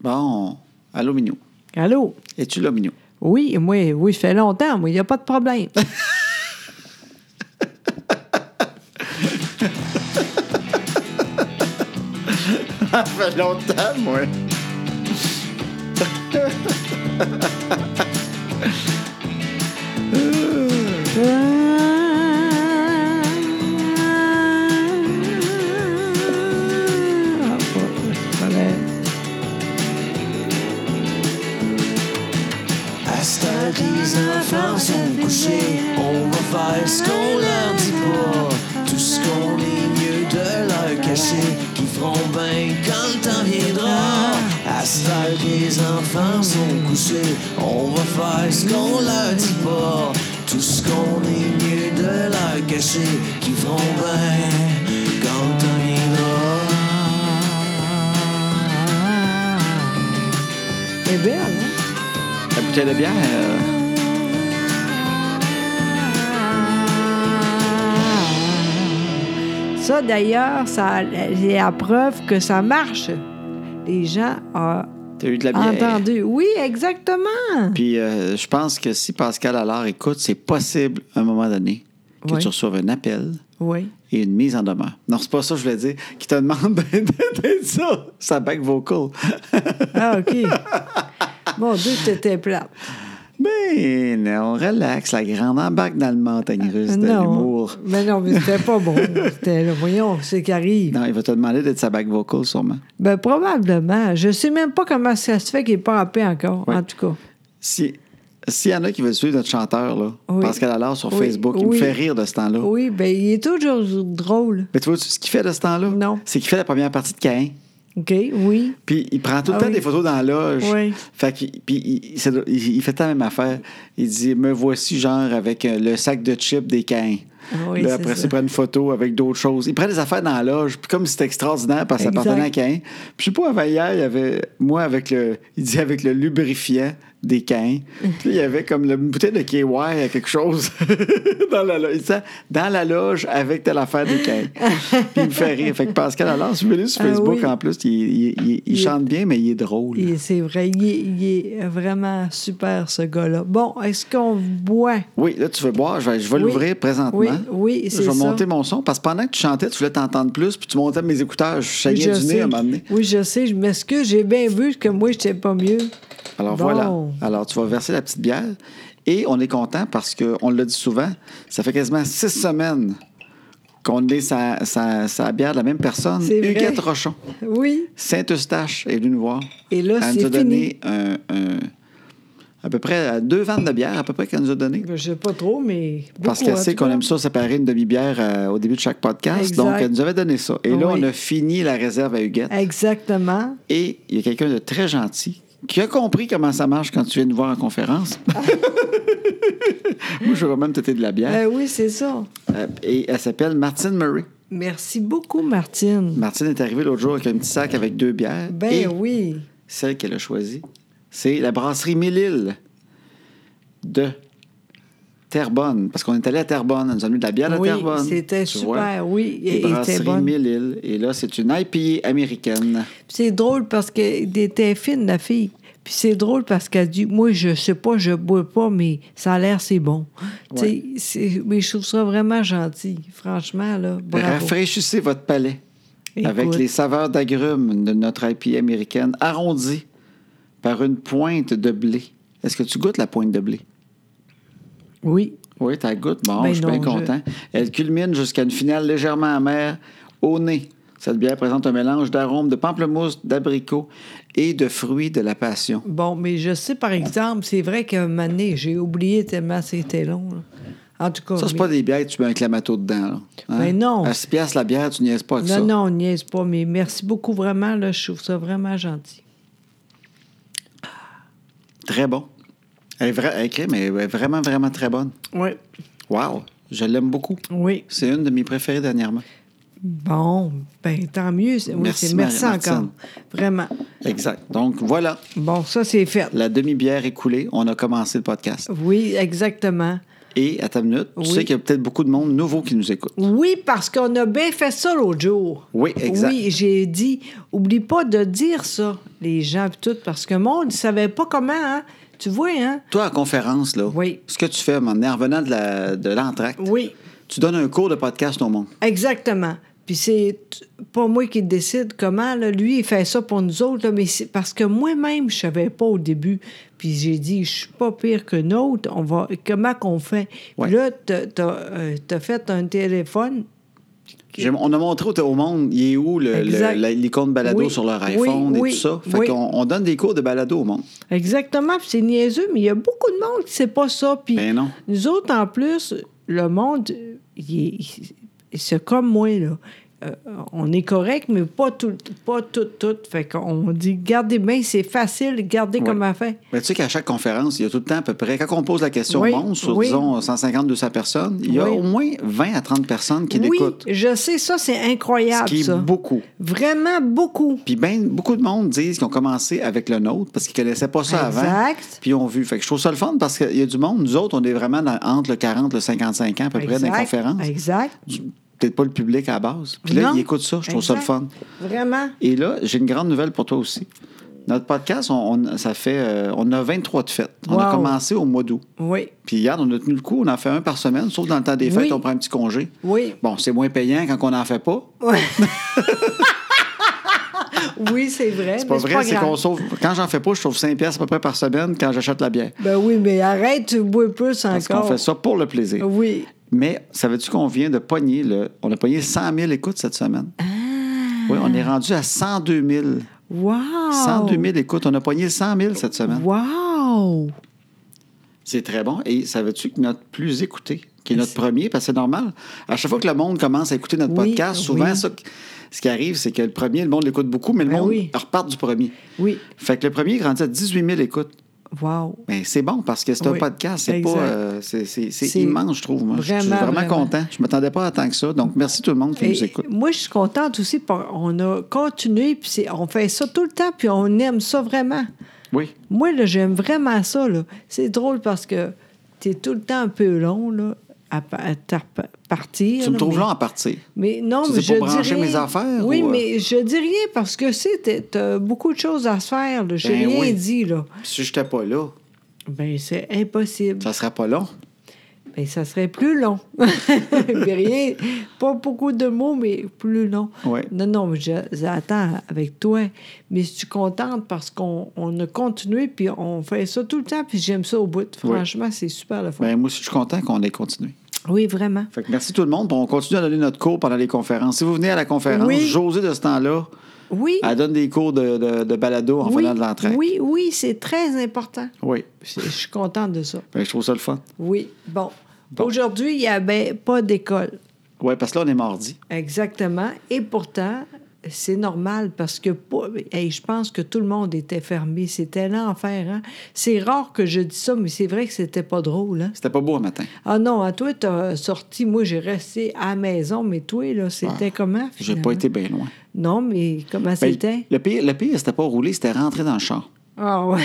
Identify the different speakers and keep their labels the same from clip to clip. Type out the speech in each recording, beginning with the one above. Speaker 1: Bon, allô, Minou.
Speaker 2: Allô?
Speaker 1: Es-tu là, Minou?
Speaker 2: Oui, moi, oui, ça fait longtemps, moi, il n'y a pas de problème. Ah,
Speaker 1: Ça fait longtemps, moi.
Speaker 2: Ah, voilà.
Speaker 3: À ce temps que les enfants sont couchés, on va faire ce qu'on leur dit pas. Tout ce qu'on est mieux de leur cacher, qui feront bien quand le temps viendra. À ce temps que les enfants sont couchés, on va faire ce qu'on leur dit pas. Tout ce qu'on est mieux de leur cacher, qui feront bien quand le temps viendra.
Speaker 2: Elle est belle, hein?
Speaker 1: La bouteille de bière. euh,
Speaker 2: Ça, d'ailleurs, ça, c'est la preuve que ça marche. Les gens ah, ont
Speaker 1: T'as eu de la bière.
Speaker 2: Ah, entendu. ben, Oui, exactement.
Speaker 1: Puis euh, je pense que si Pascal Allard écoute, c'est possible à un moment donné que
Speaker 2: Oui.
Speaker 1: tu reçoives un appel
Speaker 2: Oui.
Speaker 1: et une mise en demeure. Non, c'est pas ça que je voulais dire. Qui te demande d'être d'être ça, sa back vocal.
Speaker 2: Ah, OK. Mon Dieu, t'étais plate.
Speaker 1: Mais non, relax, Ben, la grande embarque dans le montagne russe de l'humour.
Speaker 2: Mais Ben non, mais c'était pas bon. C'était le voyons, c'est qu'arrive.
Speaker 1: Non, il va te demander d'être sa back vocal sûrement.
Speaker 2: Ben probablement. Je sais même pas comment ça se fait qu'il est pas en paix encore,
Speaker 1: Oui.
Speaker 2: en tout cas.
Speaker 1: Si s'il y en a qui veulent suivre notre chanteur, là,
Speaker 2: Oui.
Speaker 1: Pascal Allard sur
Speaker 2: Oui,
Speaker 1: Facebook, il me
Speaker 2: oui.
Speaker 1: fait rire de ce temps-là.
Speaker 2: Oui, ben il est toujours drôle.
Speaker 1: Mais tu vois, ce qu'il fait de ce temps-là,
Speaker 2: Non.
Speaker 1: c'est qu'il fait la première partie de Caïn.
Speaker 2: OK? Oui.
Speaker 1: Puis il prend tout le
Speaker 2: Ah
Speaker 1: temps
Speaker 2: oui.
Speaker 1: des photos dans la loge.
Speaker 2: Oui.
Speaker 1: Fait qu'il- puis il, c'est drôle, il- il fait tant la même affaire. Il dit Me voici, genre, avec euh, le sac de chips des caïns.
Speaker 2: Ah Oui,
Speaker 1: Là,
Speaker 2: c'est
Speaker 1: après, ça,
Speaker 2: ça.
Speaker 1: il prend une photo avec d'autres choses. Il prend des affaires dans la loge, puis comme c'était extraordinaire parce que ça
Speaker 2: Exact.
Speaker 1: appartenait à Caïn. Puis je sais pas, avant hier, il y avait, moi, avec le, il dit avec le lubrifiant des Caïns. Puis il y avait comme la bouteille de KY à quelque chose dans la loge. Il disait, dans la loge avec telle affaire des Caïns. puis il me fait rire. Fait que Pascal, alors, si vous venez sur
Speaker 2: Ah
Speaker 1: Facebook,
Speaker 2: oui.
Speaker 1: en plus, il, il- il- il
Speaker 2: Il-
Speaker 1: chante bien, mais il est drôle.
Speaker 2: Il- C'est vrai, il est, il est vraiment super, ce gars-là. Bon, est-ce qu'on boit?
Speaker 1: Oui, là, tu veux boire. Je vais, je vais
Speaker 2: Oui.
Speaker 1: l'ouvrir présentement.
Speaker 2: Oui, oui,
Speaker 1: Je
Speaker 2: c'est
Speaker 1: vais
Speaker 2: ça.
Speaker 1: monter mon son parce que pendant que tu chantais, tu voulais t'entendre plus, puis tu montais mes écouteurs. Je
Speaker 2: Oui,
Speaker 1: saignais
Speaker 2: je
Speaker 1: du nez
Speaker 2: sais.
Speaker 1: à un moment donné.
Speaker 2: Oui, je sais, je m'excuse, j'ai bien vu que moi, je n'étais pas mieux.
Speaker 1: Alors
Speaker 2: Bon.
Speaker 1: voilà. Alors tu vas verser la petite bière. Et on est content parce qu'on le dit souvent, ça fait quasiment six semaines qu'on est sa, sa, sa bière de la même personne.
Speaker 2: C'est vrai.
Speaker 1: Huguette Rochon,
Speaker 2: Oui,
Speaker 1: Saint-Eustache est venue nous voir.
Speaker 2: Et là,
Speaker 1: Elle
Speaker 2: c'est
Speaker 1: nous a donné un, un- à peu près deux ventes de bière, à peu près qu'elle nous a donné.
Speaker 2: Ben, je ne sais pas trop, mais.
Speaker 1: Parce
Speaker 2: beaucoup,
Speaker 1: qu'elle
Speaker 2: en
Speaker 1: sait
Speaker 2: tout
Speaker 1: qu'on
Speaker 2: cas.
Speaker 1: aime ça séparer une demi-bière euh, au début de chaque podcast.
Speaker 2: Exact.
Speaker 1: Donc, elle nous avait donné ça. Et là,
Speaker 2: Oui. Euh.
Speaker 1: on a fini la réserve à Huguette.
Speaker 2: Exactement.
Speaker 1: Et il y a quelqu'un de très gentil qui a compris comment ça marche quand tu viens nous voir en conférence. Moi, je vais même têter de la bière.
Speaker 2: Ben oui, c'est ça.
Speaker 1: Euh, Et elle s'appelle Martine Murray.
Speaker 2: Merci beaucoup, Martine.
Speaker 1: Martine est arrivée l'autre jour avec un petit sac avec deux bières.
Speaker 2: Ben
Speaker 1: et
Speaker 2: oui.
Speaker 1: celle qu'elle a choisie, c'est la brasserie Mille-Îles de Terrebonne. Parce qu'on est allé à Terrebonne, elle nous a mis de la bière à
Speaker 2: Oui,
Speaker 1: Terrebonne.
Speaker 2: c'était
Speaker 1: tu vois.
Speaker 2: super, oui,
Speaker 1: Les
Speaker 2: et- et c'était
Speaker 1: brasseries
Speaker 2: bonne.
Speaker 1: Mille-Îles. Et là, c'est une IPA américaine.
Speaker 2: C'est drôle parce qu'elle était fine, la fille. Puis c'est drôle parce qu'elle dit Moi, je sais pas, je bois pas, mais ça a l'air, c'est bon. Tu sais, c'est- Mais je trouve ça vraiment gentil. Franchement, là, bravo.
Speaker 1: Rafraîchissez votre palais avec
Speaker 2: Écoute.
Speaker 1: les saveurs d'agrumes de notre IPA américaine arrondie par une pointe de blé. Est-ce que tu goûtes la pointe de blé?
Speaker 2: Oui.
Speaker 1: Oui, t'as goûte. Bon,
Speaker 2: Ben
Speaker 1: je suis bien
Speaker 2: non, je-
Speaker 1: content. Elle culmine jusqu'à une finale légèrement amère au nez. Cette bière présente un mélange d'arômes de pamplemousse, d'abricot et de fruits de la passion.
Speaker 2: Bon, mais je sais, par exemple, c'est vrai qu'à un moment donné, j'ai oublié tellement c'était long. là. En tout cas.
Speaker 1: Ça, c'est
Speaker 2: Oh, mais-
Speaker 1: pas des bières que tu mets un clamato dedans. Là. hein?
Speaker 2: Ben non.
Speaker 1: À 6 piastres la bière, tu niaises pas avec
Speaker 2: Non,
Speaker 1: ça.
Speaker 2: non, on niaise pas, mais merci beaucoup vraiment. Là, je trouve ça vraiment gentil.
Speaker 1: Très bon. Elle est, vra- elle est crème, elle est vraiment, vraiment très bonne.
Speaker 2: Oui.
Speaker 1: Wow, je l'aime beaucoup.
Speaker 2: Oui.
Speaker 1: C'est une de mes préférées dernièrement.
Speaker 2: Bon, ben tant mieux. Oui,
Speaker 1: Merci,
Speaker 2: c'est- merci
Speaker 1: Marie-Martine.
Speaker 2: encore. Vraiment.
Speaker 1: Exact. Donc voilà,
Speaker 2: Bon, ça, c'est fait.
Speaker 1: la demi-bière est coulée. On a commencé le podcast.
Speaker 2: Oui, exactement.
Speaker 1: Et à ta minute, tu
Speaker 2: Oui.
Speaker 1: sais qu'il y a peut-être beaucoup de monde nouveau qui nous écoute.
Speaker 2: Oui, parce qu'on a bien fait ça l'autre jour.
Speaker 1: Oui, exact.
Speaker 2: Oui, j'ai dit, oublie pas de dire ça, les gens pis tout, parce que le monde ne savait pas comment, hein. Tu vois, hein?
Speaker 1: Toi, en conférence, là,
Speaker 2: Oui.
Speaker 1: ce que tu fais, mon en revenant de la- de l'entracte,
Speaker 2: Oui,
Speaker 1: tu donnes un cours de podcast au monde.
Speaker 2: exactement. Puis c'est pas moi qui décide comment, là. Lui, il fait ça pour nous autres, là, mais c'est parce que moi-même, je savais pas au début. Puis j'ai dit, je suis pas pire que autre. On va, comment qu'on fait?
Speaker 1: Ouais.
Speaker 2: Puis Là, t'as- t'as euh, t'as fait un téléphone
Speaker 1: J'ai- On a montré au, au monde, il est où le-
Speaker 2: Exact.
Speaker 1: le- la- l'icône balado
Speaker 2: Oui,
Speaker 1: sur leur
Speaker 2: oui,
Speaker 1: iPhone et
Speaker 2: oui,
Speaker 1: tout ça. Fait
Speaker 2: oui.
Speaker 1: qu'on on donne des cours de balado au monde.
Speaker 2: Exactement, puis c'est niaiseux, mais il y a beaucoup de monde qui sait pas ça. Puis
Speaker 1: Ben non.
Speaker 2: nous autres, en plus, le monde, euh, il est- il- il- c'est comme moi, là. Euh, on est correct, mais pas tout, pas tout, tout. Fait qu'on dit, gardez bien, c'est facile, gardez
Speaker 1: Oui.
Speaker 2: comme à fait.
Speaker 1: Mais tu sais qu'à chaque conférence, il y a tout le temps à peu près, quand on pose la question
Speaker 2: Oui,
Speaker 1: au monde, sur
Speaker 2: oui.
Speaker 1: disons 150-200 personnes, il y a
Speaker 2: Oui.
Speaker 1: au moins 20 à 30 personnes qui
Speaker 2: Oui,
Speaker 1: l'écoutent.
Speaker 2: je sais, ça, c'est incroyable,
Speaker 1: Ce qui est
Speaker 2: ça.
Speaker 1: beaucoup.
Speaker 2: Vraiment beaucoup.
Speaker 1: Puis ben, beaucoup de monde disent qu'ils ont commencé avec le nôtre parce qu'ils connaissaient pas ça avant.
Speaker 2: Exact.
Speaker 1: Puis ils ont vu. Fait que je trouve ça le fun parce qu'il y a du monde. Nous autres, on est vraiment dans- entre le 40 et le 55 ans à peu près dans les
Speaker 2: Exact.
Speaker 1: conférences.
Speaker 2: Exact.
Speaker 1: Du- Peut-être pas le public à la base. Puis là,
Speaker 2: Non.
Speaker 1: ils écoutent ça. Je trouve ça le
Speaker 2: Exact.
Speaker 1: fun.
Speaker 2: Vraiment.
Speaker 1: Et là, j'ai une grande nouvelle pour toi aussi. Notre podcast, on, on- ça fait, euh, on a 23 de fêtes. On a
Speaker 2: Wow.
Speaker 1: commencé au mois d'août.
Speaker 2: Oui.
Speaker 1: Puis hier, on a tenu le coup, on en fait un par semaine, sauf dans le temps des fêtes,
Speaker 2: Oui.
Speaker 1: on prend un petit congé.
Speaker 2: Oui.
Speaker 1: Bon, c'est moins payant quand on n'en fait pas.
Speaker 2: Oui, c'est vrai.
Speaker 1: C'est pas
Speaker 2: mais
Speaker 1: vrai, c'est
Speaker 2: grave.
Speaker 1: qu'on sauve. Quand j'en fais pas, je sauve 5 pièces à peu près par semaine quand j'achète la bière.
Speaker 2: Ben oui, mais arrête, tu bois plus encore.
Speaker 1: Parce qu'on fait ça pour le plaisir.
Speaker 2: Oui.
Speaker 1: Mais savais-tu qu'on vient de pogner, le... on a pogné 100 000 écoutes cette semaine?
Speaker 2: Ah.
Speaker 1: Oui, on est rendu à 102 000.
Speaker 2: Wow!
Speaker 1: 102 000 écoutes. On a pogné 100 000 cette semaine.
Speaker 2: Wow!
Speaker 1: C'est très bon. Et savais-tu que notre plus écouté, qui est notre premier, parce que c'est normal, à chaque fois que le monde commence à écouter notre
Speaker 2: Oui,
Speaker 1: podcast, souvent,
Speaker 2: oui.
Speaker 1: ça- ce qui arrive, c'est que le premier, le monde l'écoute beaucoup, mais le
Speaker 2: Ben
Speaker 1: monde
Speaker 2: oui.
Speaker 1: repart du premier.
Speaker 2: Oui.
Speaker 1: Fait que le premier grandit à 18 000 écoutes.
Speaker 2: Wow!
Speaker 1: Ben, c'est bon parce que c'est un
Speaker 2: Oui,
Speaker 1: podcast, c'est
Speaker 2: exact.
Speaker 1: pas. euh, c'est- c'est c'est
Speaker 2: C'est
Speaker 1: immense, je trouve. Moi. Je- je suis
Speaker 2: vraiment,
Speaker 1: vraiment,
Speaker 2: vraiment.
Speaker 1: content. Je m'attendais pas à tant que ça. Donc, merci tout le monde qui nous
Speaker 2: Et
Speaker 1: écoute.
Speaker 2: moi, je suis contente aussi. par- On a continué, puis c'est- on fait ça tout le temps, puis on aime ça vraiment.
Speaker 1: Oui.
Speaker 2: Moi, là, j'aime vraiment ça. là. C'est drôle parce que t'es tout le temps un peu long là, à, pa- à ta- partir.
Speaker 1: Tu me
Speaker 2: là,
Speaker 1: trouves
Speaker 2: mais-
Speaker 1: long à partir.
Speaker 2: Mais non,
Speaker 1: Tu
Speaker 2: mais
Speaker 1: dis
Speaker 2: je
Speaker 1: pour brancher
Speaker 2: dirais-
Speaker 1: mes affaires,
Speaker 2: Oui,
Speaker 1: ou, euh?
Speaker 2: mais je dis rien parce que c'est t'as- t'as beaucoup de choses à se faire. là. J'ai
Speaker 1: Ben
Speaker 2: rien
Speaker 1: oui.
Speaker 2: dit là.
Speaker 1: Si je n'étais pas là,
Speaker 2: Ben c'est impossible.
Speaker 1: ça serait pas long.
Speaker 2: Ben, ça serait plus long. Mais rien, pas beaucoup de mots, mais plus long.
Speaker 1: Ouais.
Speaker 2: Non, non, mais je- j'attends avec toi. Mais je suis contente parce qu'on on a continué, puis on fait ça tout le temps, puis j'aime ça au bout. Franchement, c'est super le fun.
Speaker 1: Ben, moi, aussi, je suis content qu'on ait continué.
Speaker 2: Oui, vraiment.
Speaker 1: Fait que merci tout le monde. Bon, on continue à donner notre cours pendant les conférences. Si vous venez à la conférence,
Speaker 2: Oui.
Speaker 1: Josée, de ce temps-là,
Speaker 2: Oui.
Speaker 1: elle donne des cours de, de- de balado en
Speaker 2: oui,
Speaker 1: venant de l'entraide.
Speaker 2: oui, oui, c'est très important.
Speaker 1: Oui.
Speaker 2: Je je suis contente de ça.
Speaker 1: Fait que je trouve ça le fun.
Speaker 2: Oui. Bon.
Speaker 1: Bon.
Speaker 2: Aujourd'hui, il n'y avait pas d'école.
Speaker 1: Oui, parce que là, on est mardi.
Speaker 2: Exactement. Et pourtant, c'est normal parce que pas- hey, je pense que tout le monde était fermé. C'était l'enfer. Hein? C'est rare que je dis ça, mais c'est vrai que c'était pas drôle. Hein?
Speaker 1: C'était pas beau un matin.
Speaker 2: Ah non, à toi, t'as sorti. Moi, j'ai resté à la maison, mais toi, là, c'était comment?
Speaker 1: Ah, J'ai
Speaker 2: finalement?
Speaker 1: pas été bien loin.
Speaker 2: Non, mais comment
Speaker 1: Ben,
Speaker 2: c'était?
Speaker 1: le pire, le pire c'était pas rouler, c'était rentrer dans le char.
Speaker 2: Ah ouais.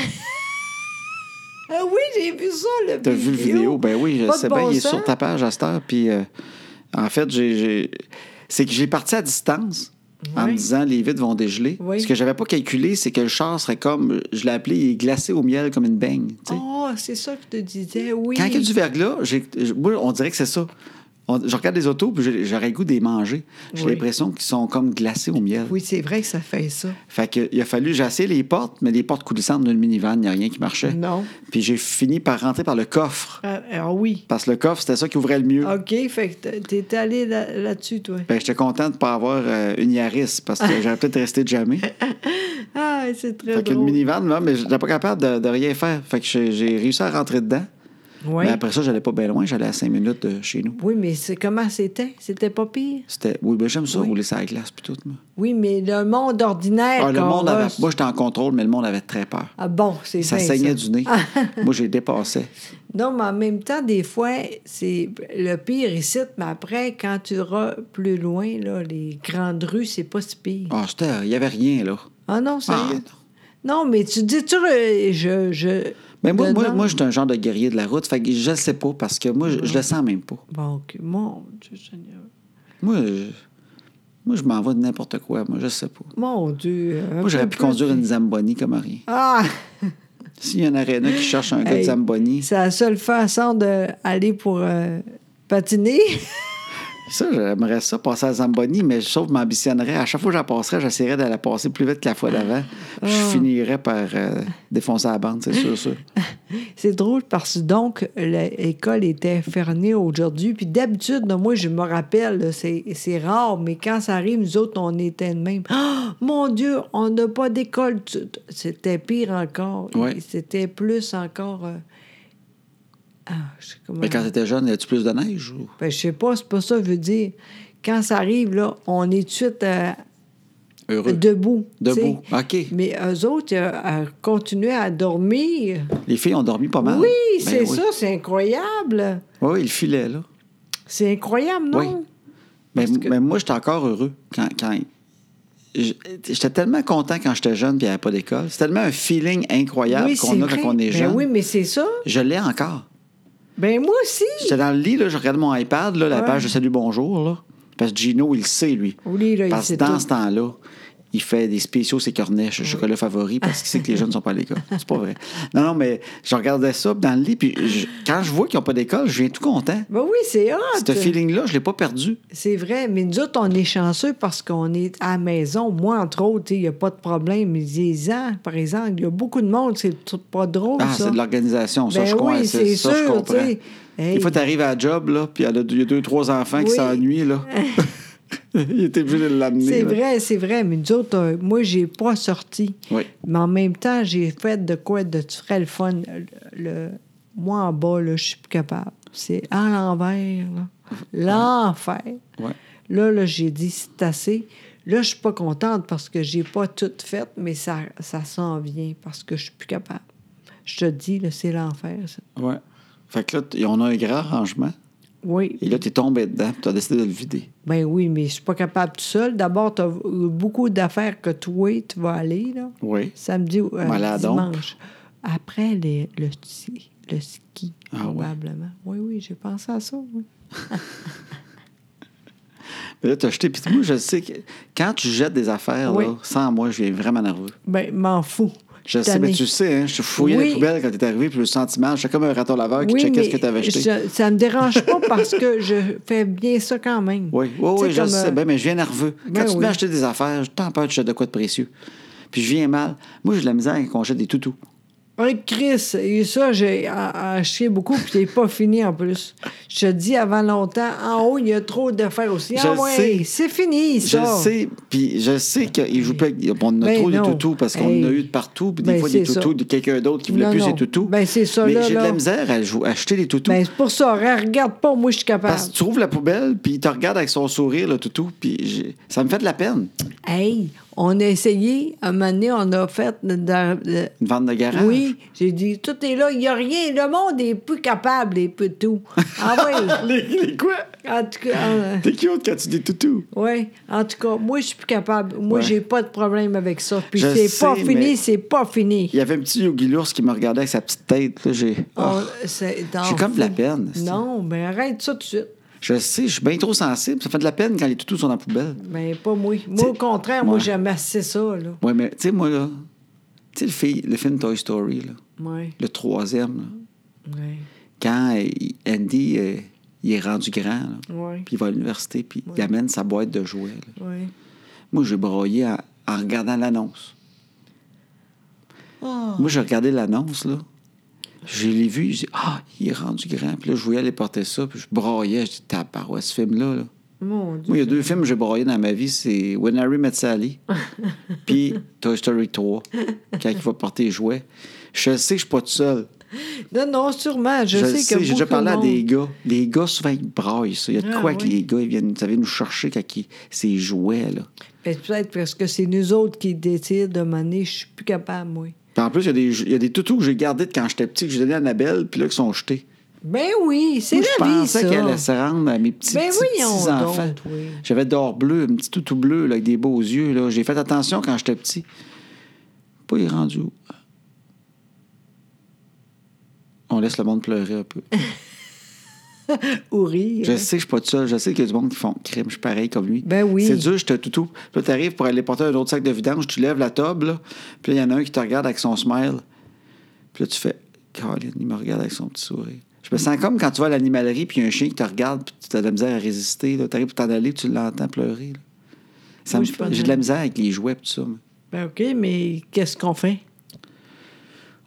Speaker 2: ah oui, j'ai vu ça, le
Speaker 1: T'as vu le vidéo? Ben oui, je
Speaker 2: Pas de
Speaker 1: sais
Speaker 2: bon
Speaker 1: bien, il est
Speaker 2: sens.
Speaker 1: sur ta page à cette heure. Puis, euh, en fait, j'ai, j'ai- c'est que j'ai parti à distance en me
Speaker 2: Oui.
Speaker 1: disant les vitres vont dégeler.
Speaker 2: Oui.
Speaker 1: Ce que j'avais pas calculé, c'est que le char serait comme, je l'ai appelé, il est glacé au miel comme une beigne. tu sais.
Speaker 2: Oh, c'est ça que je te disais, oui.
Speaker 1: Quand il y a du verglas, j'ai- je- moi, on dirait que c'est ça. On- je regarde les autos, puis j'ai- j'aurais le goût de les manger. J'ai
Speaker 2: Oui.
Speaker 1: l'impression qu'ils sont comme glacés au miel.
Speaker 2: Oui, c'est vrai que ça fait ça.
Speaker 1: Fait que, il a fallu, j'ai essayé les portes, mais les portes coulissantes d'une minivan, il n'y a rien qui marchait.
Speaker 2: Non.
Speaker 1: Puis j'ai fini par rentrer par le coffre.
Speaker 2: Ah, ah oui.
Speaker 1: Parce que le coffre, c'était ça qui ouvrait le mieux.
Speaker 2: OK, fait que t'es- t'es allé là- là-dessus, toi.
Speaker 1: Ben, j'étais content de ne pas avoir euh, une Yaris parce que j'aurais peut-être resté de jamais.
Speaker 2: Ah, c'est très
Speaker 1: fait qu'une
Speaker 2: drôle.
Speaker 1: minivan, là, mais j'étais pas capable de, de rien faire. Fait que j'ai j'ai réussi à rentrer dedans.
Speaker 2: Oui.
Speaker 1: Mais après ça, j'allais pas bien loin, j'allais à 5 minutes de chez nous.
Speaker 2: oui, mais c'est comment c'était? C'était pas pire?
Speaker 1: C'était. Oui, ben j'aime ça,
Speaker 2: Oui.
Speaker 1: rouler sur la glace puis tout. moi.
Speaker 2: Oui, mais le monde ordinaire...
Speaker 1: Ah, le
Speaker 2: qu'on
Speaker 1: monde avait.
Speaker 2: reste-
Speaker 1: Moi, j'étais en contrôle, mais le monde avait très peur.
Speaker 2: Ah bon, c'est
Speaker 1: Ça
Speaker 2: bien,
Speaker 1: saignait du nez. Moi, j'ai dépassé.
Speaker 2: Non, mais en même temps, des fois, c'est le pire ici, mais après, quand tu iras plus loin, là, les grandes rues, c'est pas si pire.
Speaker 1: Ah, c'était. Il Ah, y avait rien, là.
Speaker 2: Ah non, c'est...
Speaker 1: Ah, non.
Speaker 2: Non, mais tu dis, tu. re- Je, je...
Speaker 1: Mais moi,
Speaker 2: de
Speaker 1: moi,
Speaker 2: nom.
Speaker 1: moi, je suis un genre de guerrier de la route. Fait que je le sais pas parce que moi, je,
Speaker 2: Mm-hmm.
Speaker 1: je le sens même pas.
Speaker 2: Bon, ok, mon Dieu Seigneur.
Speaker 1: Moi, je, moi, je m'en vais de n'importe quoi. Moi, je sais pas.
Speaker 2: Mon Dieu. un
Speaker 1: Moi, j'aurais
Speaker 2: peu
Speaker 1: pu
Speaker 2: plus.
Speaker 1: conduire une Zamboni comme rien.
Speaker 2: Ah!
Speaker 1: S'il y a un aréna qui cherche un gars de
Speaker 2: Hey.
Speaker 1: Zamboni,
Speaker 2: C'est la seule façon d'aller pour euh, patiner.
Speaker 1: ça, j'aimerais ça, passer à Zamboni, mais je sauf que je m'ambitionnerais. À chaque fois que j'en passerais, j'essaierais de la passer plus vite que la fois d'avant. Puis
Speaker 2: Ah.
Speaker 1: Je finirais par euh, défoncer la bande, c'est sûr, sûr.
Speaker 2: C'est drôle parce que donc l'école était fermée aujourd'hui. Puis d'habitude, là, moi, je me rappelle, là, c'est c'est rare, mais quand ça arrive, nous autres, on était de même. Ah, mon Dieu, on n'a pas d'école. Tu- tu- C'était pire encore.
Speaker 1: Ouais.
Speaker 2: Et C'était plus encore. euh, Ah, je sais comment.
Speaker 1: Mais quand t'étais jeune, y a-tu plus de neige? Ou...
Speaker 2: Ben, je sais pas, c'est pas ça que je veux dire. Quand ça arrive, là, on est tout de suite euh,
Speaker 1: Heureux.
Speaker 2: debout. tu sais.
Speaker 1: Debout. OK.
Speaker 2: Mais eux autres, euh, euh, continuaient à dormir.
Speaker 1: Les filles ont dormi pas mal.
Speaker 2: oui,
Speaker 1: Ben
Speaker 2: c'est
Speaker 1: oui.
Speaker 2: ça, c'est incroyable.
Speaker 1: Oui, oui, le filet, là.
Speaker 2: C'est incroyable, non?
Speaker 1: Oui. Mais,
Speaker 2: Parce que-
Speaker 1: mais moi, j'étais encore heureux quand. quand- je- J'étais tellement content quand j'étais jeune puis il n'y avait pas d'école. C'est tellement un feeling incroyable
Speaker 2: Oui, c'est
Speaker 1: qu'on a
Speaker 2: vrai.
Speaker 1: quand on est
Speaker 2: Ben
Speaker 1: jeune.
Speaker 2: oui, mais c'est ça.
Speaker 1: Je l'ai encore.
Speaker 2: Ben moi aussi.
Speaker 1: J'étais dans le lit, là, je regardais mon iPad, là, la
Speaker 2: Ouais.
Speaker 1: page de Salut Bonjour. Là, parce que Gino, il le sait, lui.
Speaker 2: Oui, là, il
Speaker 1: parce que
Speaker 2: sait
Speaker 1: dans
Speaker 2: tout.
Speaker 1: ce temps-là, il fait des spéciaux, ses cornets, ch- chocolat favori, parce qu'il sait que les jeunes ne sont pas à l'école. C'est pas vrai. Non, non, mais je regardais ça dans le lit, puis je- quand je vois qu'ils n'ont pas d'école, je viens tout content.
Speaker 2: Ben oui, c'est hot.
Speaker 1: Ce feeling-là, je ne l'ai pas perdu.
Speaker 2: C'est vrai, mais nous autres, on est chanceux parce qu'on est à la maison. Moi, entre autres, il n'y a pas de problème. Mais Les ans, par exemple, il y a beaucoup de monde, c'est tout pas drôle,
Speaker 1: Ah,
Speaker 2: ça.
Speaker 1: c'est de l'organisation, ça,
Speaker 2: Ben
Speaker 1: je comprends.
Speaker 2: oui,
Speaker 1: c'est-
Speaker 2: c'est
Speaker 1: ça, je
Speaker 2: sûr,
Speaker 1: comprends.
Speaker 2: tu sais. Hey.
Speaker 1: Des fois, tu arrives à la job, là, puis il y a deux- il y a deux, trois enfants qui
Speaker 2: Oui.
Speaker 1: s'ennuient, là. il était obligé de l'amener.
Speaker 2: C'est
Speaker 1: là.
Speaker 2: vrai, c'est vrai. Mais nous autres, euh, moi, j'ai pas sorti.
Speaker 1: Oui.
Speaker 2: Mais en même temps, j'ai fait de quoi de tu ferais le fun. Le, le- moi, en bas, là, je suis plus capable. C'est à l'envers, là. L'enfer.
Speaker 1: Ouais.
Speaker 2: Là, là, j'ai dit, c'est assez. Là, je suis pas contente parce que j'ai pas tout fait, mais ça, ça s'en vient parce que je suis plus capable. Je te dis, là, c'est l'enfer. ça.
Speaker 1: Ouais. Fait que là, t- on a un grand rangement.
Speaker 2: Oui.
Speaker 1: Et là, tu es tombé dedans, puis tu as décidé de le vider.
Speaker 2: Ben oui, mais je suis pas capable tout seul. D'abord, tu as beaucoup d'affaires que toi, tu vas aller, là.
Speaker 1: Oui.
Speaker 2: Samedi ou euh,
Speaker 1: Malade donc.
Speaker 2: dimanche. Après les- le, ski- le ski,
Speaker 1: Ah ouais.
Speaker 2: probablement. Oui, oui, j'ai pensé à ça. oui.
Speaker 1: Mais là, tu as jeté. Puis moi, je sais que quand tu jettes des affaires,
Speaker 2: Oui.
Speaker 1: là, sans moi, je viens vraiment nerveux.
Speaker 2: Ben, m'en fous.
Speaker 1: Je
Speaker 2: suis
Speaker 1: sais, mais
Speaker 2: tannée.
Speaker 1: tu sais, hein, je te fouillais
Speaker 2: Oui.
Speaker 1: les poubelles quand tu es arrivé, puis le sentiment, j'étais comme un raton laveur qui
Speaker 2: Oui,
Speaker 1: checkait ce
Speaker 2: mais
Speaker 1: que tu avais jeté.
Speaker 2: je- ça me dérange pas parce que je fais bien ça quand même.
Speaker 1: Oui, oui,
Speaker 2: Tu
Speaker 1: oui, je
Speaker 2: comme,
Speaker 1: le sais.
Speaker 2: euh,
Speaker 1: Ben, mais je viens nerveux. Quand
Speaker 2: ben
Speaker 1: tu te
Speaker 2: oui.
Speaker 1: mets à acheter des affaires, j'ai tant peur que tu jettes de quoi de précieux. Puis je viens mal. Moi, j'ai de la misère quand on jette des toutous.
Speaker 2: Hey, Chris, et ça, j'ai a- a- acheté beaucoup, puis j'ai pas fini en plus. Je te dis avant longtemps, en haut, il y a trop d'affaires aussi.
Speaker 1: Je
Speaker 2: ah
Speaker 1: le
Speaker 2: ouais,
Speaker 1: sais.
Speaker 2: c'est fini,
Speaker 1: Je
Speaker 2: ça.
Speaker 1: le sais, puis je sais qu'ils jouent pas. avec- On a
Speaker 2: Ben
Speaker 1: trop de
Speaker 2: non.
Speaker 1: toutous parce qu'on
Speaker 2: Hey.
Speaker 1: en a eu de partout, puis des
Speaker 2: Ben,
Speaker 1: fois des
Speaker 2: c'est ça.
Speaker 1: toutous de quelqu'un d'autre qui voulait
Speaker 2: Non,
Speaker 1: plus ses
Speaker 2: non.
Speaker 1: toutous.
Speaker 2: Ben, c'est ça,
Speaker 1: Mais
Speaker 2: là,
Speaker 1: j'ai de
Speaker 2: là.
Speaker 1: la misère à jou- à acheter des toutous.
Speaker 2: Ben, c'est pour ça, regarde pas, moi, je suis capable.
Speaker 1: Parce que tu ouvres la poubelle, puis il te regarde avec son sourire, le toutou, puis j'ai- ça me fait de la peine.
Speaker 2: Hey, on a essayé, un moment donné, on a fait. de- de- de-
Speaker 1: Une vente de garage.
Speaker 2: oui, j'ai dit, tout est là, il n'y a rien, le monde est plus capable, et plus tout. Ah oui,
Speaker 1: Les, les quoi?
Speaker 2: en tout cas. euh,
Speaker 1: T'es cute quand tu dis toutou.
Speaker 2: ouais, en tout cas, moi, je suis plus capable. Moi,
Speaker 1: Ouais.
Speaker 2: j'ai pas de problème avec ça. Puis
Speaker 1: Je
Speaker 2: c'est pas
Speaker 1: sais,
Speaker 2: fini,
Speaker 1: mais-
Speaker 2: c'est pas fini.
Speaker 1: Il y avait un petit Yogi l'ours qui me regardait avec sa petite tête. Là, j'ai... Oh.
Speaker 2: On- c'est-
Speaker 1: J'ai comme de la peine, c'est-
Speaker 2: Non, mais arrête ça tout de suite.
Speaker 1: Je sais, je suis bien trop sensible. Ça fait de la peine quand les toutous sont dans la poubelle.
Speaker 2: Mais pas moi. Moi, au contraire, moi,
Speaker 1: ouais.
Speaker 2: j'aime assez ça, là.
Speaker 1: Ouais, mais tu sais, moi, là, tu sais, le, fi- le film Toy Story, là,
Speaker 2: Ouais,
Speaker 1: le troisième, là,
Speaker 2: ouais,
Speaker 1: quand euh, il- Andy, euh, il est rendu grand, là,
Speaker 2: Ouais.
Speaker 1: puis il va à l'université, puis il amène sa boîte de jouets. là.
Speaker 2: ouais.
Speaker 1: Moi, j'ai broyé en, en regardant l'annonce.
Speaker 2: Ah.
Speaker 1: Moi, j'ai regardé l'annonce, là. Je l'ai vu, j'ai dit, ah, il est rendu grand. Puis là, je voulais aller porter ça, puis je broyais. Je dis, tabarouette, ce film-là, là.
Speaker 2: Mon Dieu.
Speaker 1: Moi, il y a deux films que j'ai broyé dans ma vie, c'est When Harry Met Sally, puis Toy Story 3, quand il va porter les jouets. Je sais que je suis pas tout seul.
Speaker 2: Non, non, sûrement. Je,
Speaker 1: Je, le
Speaker 2: sais
Speaker 1: sais,
Speaker 2: que
Speaker 1: j'ai déjà
Speaker 2: beaucoup de
Speaker 1: parlé à
Speaker 2: monde-
Speaker 1: des gars. Les gars, souvent, ils braillent ça. Il y a de
Speaker 2: Ah,
Speaker 1: quoi
Speaker 2: oui.
Speaker 1: que les gars, ils viennent, ça vient nous chercher quand ils, ces jouets, là.
Speaker 2: Ben, peut-être parce que c'est nous autres qui décident de m'amener. Je suis plus capable, moi.
Speaker 1: Puis en plus, il y a des, il y a des toutous que j'ai gardés de quand j'étais petit, que j'ai donné à Annabelle, puis là, qui sont jetés.
Speaker 2: Ben oui, c'est
Speaker 1: Moi,
Speaker 2: la
Speaker 1: je
Speaker 2: vie,
Speaker 1: pensais
Speaker 2: ça.
Speaker 1: qu'elle allait se rendre à mes petits,
Speaker 2: Ben
Speaker 1: petits,
Speaker 2: voyons
Speaker 1: petits
Speaker 2: donc,
Speaker 1: enfants.
Speaker 2: oui.
Speaker 1: J'avais d'or bleu, un petit toutou bleu là, avec des beaux yeux. là. J'ai fait attention quand j'étais petit. Pas, il est rendu où? On laisse le monde pleurer un peu.
Speaker 2: Ou rire.
Speaker 1: Je sais que je suis pas tout seul. Je sais qu'il y a du monde qui font crime. Je suis pareil comme lui.
Speaker 2: Ben oui.
Speaker 1: C'est dur, je te toutou. Puis là, t'arrives pour aller porter un autre sac de vidange, tu lèves la table, là. puis là, il y en a un qui te regarde avec son smile. Puis là, tu fais Caroline, il me regarde avec son petit sourire. Je me sens comme quand tu vas à l'animalerie, puis il y a un chien qui te regarde, puis tu as de la misère à résister. Tu arrives pour t'en aller, puis tu l'entends pleurer. là. Ça
Speaker 2: Oui,
Speaker 1: me
Speaker 2: je
Speaker 1: fait-
Speaker 2: pense
Speaker 1: J'ai de la misère avec les jouets, puis tout ça. mais
Speaker 2: Ben OK, mais qu'est-ce qu'on fait?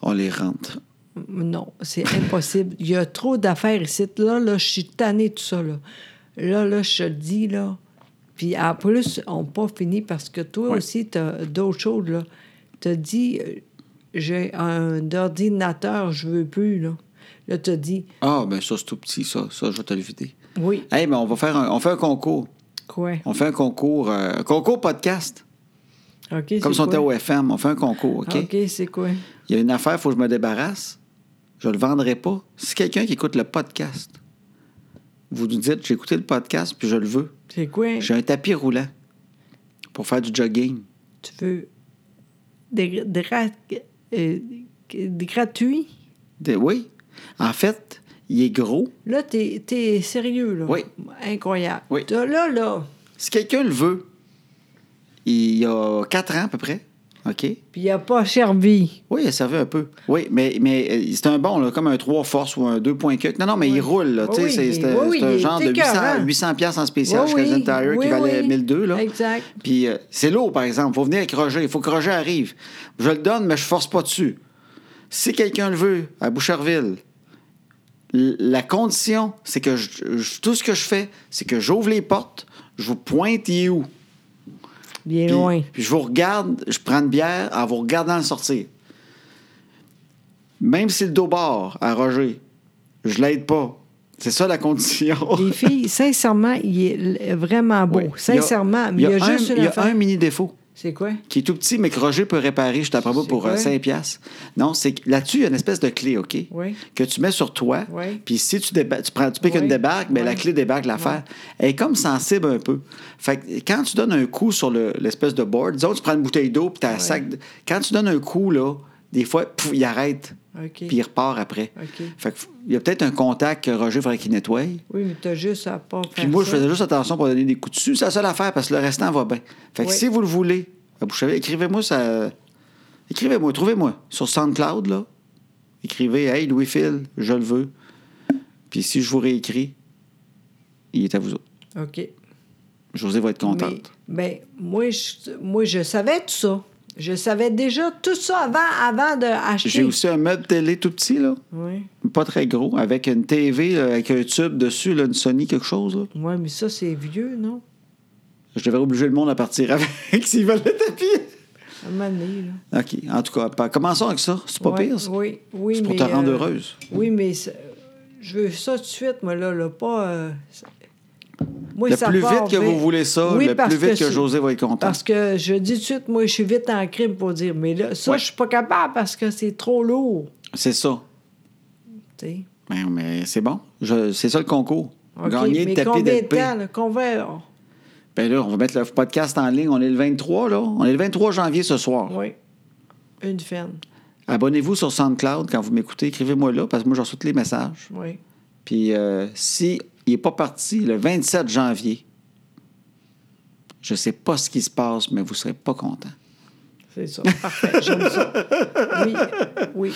Speaker 1: On les rentre.
Speaker 2: Non, c'est impossible. Il y a trop d'affaires ici. Là, là, je suis tannée de tout ça, là. Là, là, je te le dis, là. Puis en plus, on n'a pas fini parce que toi
Speaker 1: Ouais.
Speaker 2: aussi, tu as d'autres choses, là. Tu as dit, euh, j'ai un ordinateur, je veux plus, là. Là, tu as dit,
Speaker 1: Ah, ben ça, c'est tout petit, ça. Ça, je vais te le vider.
Speaker 2: oui,
Speaker 1: Hey, ben on va faire un, on fait un concours.
Speaker 2: quoi?
Speaker 1: On fait un concours, euh, un concours podcast.
Speaker 2: OK,
Speaker 1: Comme si
Speaker 2: c'est
Speaker 1: on était au
Speaker 2: quoi?
Speaker 1: FM, on fait un concours, OK?
Speaker 2: Ah, OK, c'est quoi?
Speaker 1: Il y a une affaire, il faut que je me débarrasse. Je le vendrai pas. Si quelqu'un qui écoute le podcast, vous nous dites, j'ai écouté le podcast, puis je le veux.
Speaker 2: C'est quoi?
Speaker 1: J'ai un tapis roulant pour faire du jogging.
Speaker 2: Tu veux... Des, des ra- euh, des gratuits?
Speaker 1: De- oui. En fait, il est gros.
Speaker 2: Là, t'es es sérieux, là.
Speaker 1: Oui.
Speaker 2: Incroyable.
Speaker 1: Oui.
Speaker 2: T'as- Là, là,
Speaker 1: Si quelqu'un le veut, il y a quatre ans à peu près, OK?
Speaker 2: puis il a pas servi.
Speaker 1: Oui, il a servi un peu. Oui, mais, mais euh, c'est un bon, là, comme un 3 force ou un 2 point Non, non, mais il roule. Là,
Speaker 2: Oui,
Speaker 1: tu sais,
Speaker 2: oui,
Speaker 1: c'est
Speaker 2: il-
Speaker 1: c'est un,
Speaker 2: oui, oui,
Speaker 1: c'est un
Speaker 2: il est
Speaker 1: genre de 800,
Speaker 2: écœurant.
Speaker 1: 800 piastres en spécial
Speaker 2: Oui,
Speaker 1: chez Canadian
Speaker 2: oui.
Speaker 1: Tire qui
Speaker 2: Oui,
Speaker 1: valait
Speaker 2: oui.
Speaker 1: 1002. Là.
Speaker 2: Exact.
Speaker 1: Puis euh, c'est lourd, par exemple. faut venir avec Roger. Il faut que Roger arrive. Je le donne, mais je force pas dessus. Si quelqu'un le veut, à Boucherville, l- la condition, c'est que je- je- tout ce que je fais, c'est que j'ouvre les portes, je vous pointe, il est où?
Speaker 2: Bien
Speaker 1: Puis,
Speaker 2: loin.
Speaker 1: puis je vous regarde, je prends une bière en vous regardant le sortir. Même si le dos bord à Roger, je l'aide pas. C'est ça la condition.
Speaker 2: Les filles, sincèrement, il est l- vraiment beau.
Speaker 1: Oui. Il y a-
Speaker 2: Sincèrement, mais il y a,
Speaker 1: un-
Speaker 2: juste
Speaker 1: il
Speaker 2: une
Speaker 1: y a un
Speaker 2: affaire.
Speaker 1: mini défaut
Speaker 2: C'est quoi?
Speaker 1: qui est tout petit, mais que Roger peut réparer, je t'apprends pas
Speaker 2: C'est
Speaker 1: pour euh,
Speaker 2: quoi?
Speaker 1: 5 piastres. Non, c'est que là-dessus, il y a une espèce de clé, OK?
Speaker 2: Oui.
Speaker 1: Que tu mets sur toi.
Speaker 2: Oui.
Speaker 1: Puis si tu, déba- tu, prends, tu piques
Speaker 2: Oui.
Speaker 1: une débarque, mais
Speaker 2: Oui.
Speaker 1: la clé débarque l'affaire. Elle est comme sensible un peu. Fait que quand tu donnes un coup sur le- l'espèce de board, disons, tu prends une bouteille d'eau, puis t'as un sac. de- Quand tu donnes un coup, là, des fois, pouf, il arrête.
Speaker 2: OK.
Speaker 1: Puis il repart après.
Speaker 2: OK.
Speaker 1: Fait que f- il y a peut-être un contact que Roger faudrait qu'il nettoie.
Speaker 2: Oui, mais t'as juste à pas faire
Speaker 1: Puis moi, je
Speaker 2: ça.
Speaker 1: faisais juste attention pour donner des coups dessus. C'est la seule affaire parce que le restant va bien. Fait que
Speaker 2: Oui.
Speaker 1: si vous le voulez, à Boucherville, écrivez-moi ça. Écrivez-moi, trouvez-moi. Sur SoundCloud, là. Écrivez Hey Louis Phil, je le veux. Puis si je vous réécris, il est à vous autres.
Speaker 2: OK.
Speaker 1: José va être contente.
Speaker 2: Mais, ben, moi, je, moi, je savais tout ça. Je savais déjà tout ça avant, avant d'acheter.
Speaker 1: J'ai aussi un meuble télé tout petit, là.
Speaker 2: Oui.
Speaker 1: Pas très gros, avec une TV, là, avec un tube dessus, là, une Sony, quelque chose. là.
Speaker 2: Oui, mais ça, c'est vieux, non?
Speaker 1: Je devrais obliger le monde à partir avec s'ils veulent le tapis.
Speaker 2: À un moment donné, là.
Speaker 1: OK. En tout cas, pa- commençons avec ça. C'est pas
Speaker 2: Ouais,
Speaker 1: pire, ça?
Speaker 2: Oui, oui,
Speaker 1: C'est pour
Speaker 2: mais,
Speaker 1: te rendre
Speaker 2: euh,
Speaker 1: heureuse.
Speaker 2: Oui, mais ça- je veux ça tout de suite, moi, là, là pas... euh, ça- moi,
Speaker 1: Le
Speaker 2: ça
Speaker 1: plus
Speaker 2: part
Speaker 1: vite que vous voulez ça,
Speaker 2: Oui,
Speaker 1: le
Speaker 2: parce
Speaker 1: plus vite que,
Speaker 2: c'est-
Speaker 1: José va être content.
Speaker 2: Parce que je dis tout de suite, moi, je suis vite en crime pour dire, mais là, ça,
Speaker 1: Ouais.
Speaker 2: je suis pas capable parce que c'est trop lourd,
Speaker 1: C'est ça.
Speaker 2: tu sais.
Speaker 1: Mais, mais c'est bon. Je- c'est ça le concours.
Speaker 2: OK,
Speaker 1: Gagner le
Speaker 2: mais
Speaker 1: tapis
Speaker 2: combien de
Speaker 1: d'LP.
Speaker 2: temps, là, qu'on va...
Speaker 1: Ben là, on va mettre le podcast en ligne. On est le 23, là. On est le 23 janvier ce soir.
Speaker 2: Oui, une ferme,
Speaker 1: Abonnez-vous sur SoundCloud quand vous m'écoutez. Écrivez-moi là, parce que moi, j'en reçois tous les messages.
Speaker 2: oui.
Speaker 1: Puis euh, si il n'est pas parti le 27 janvier, je sais pas ce qui se passe, mais vous serez pas content.
Speaker 2: C'est ça, parfait, j'aime ça. Oui, oui.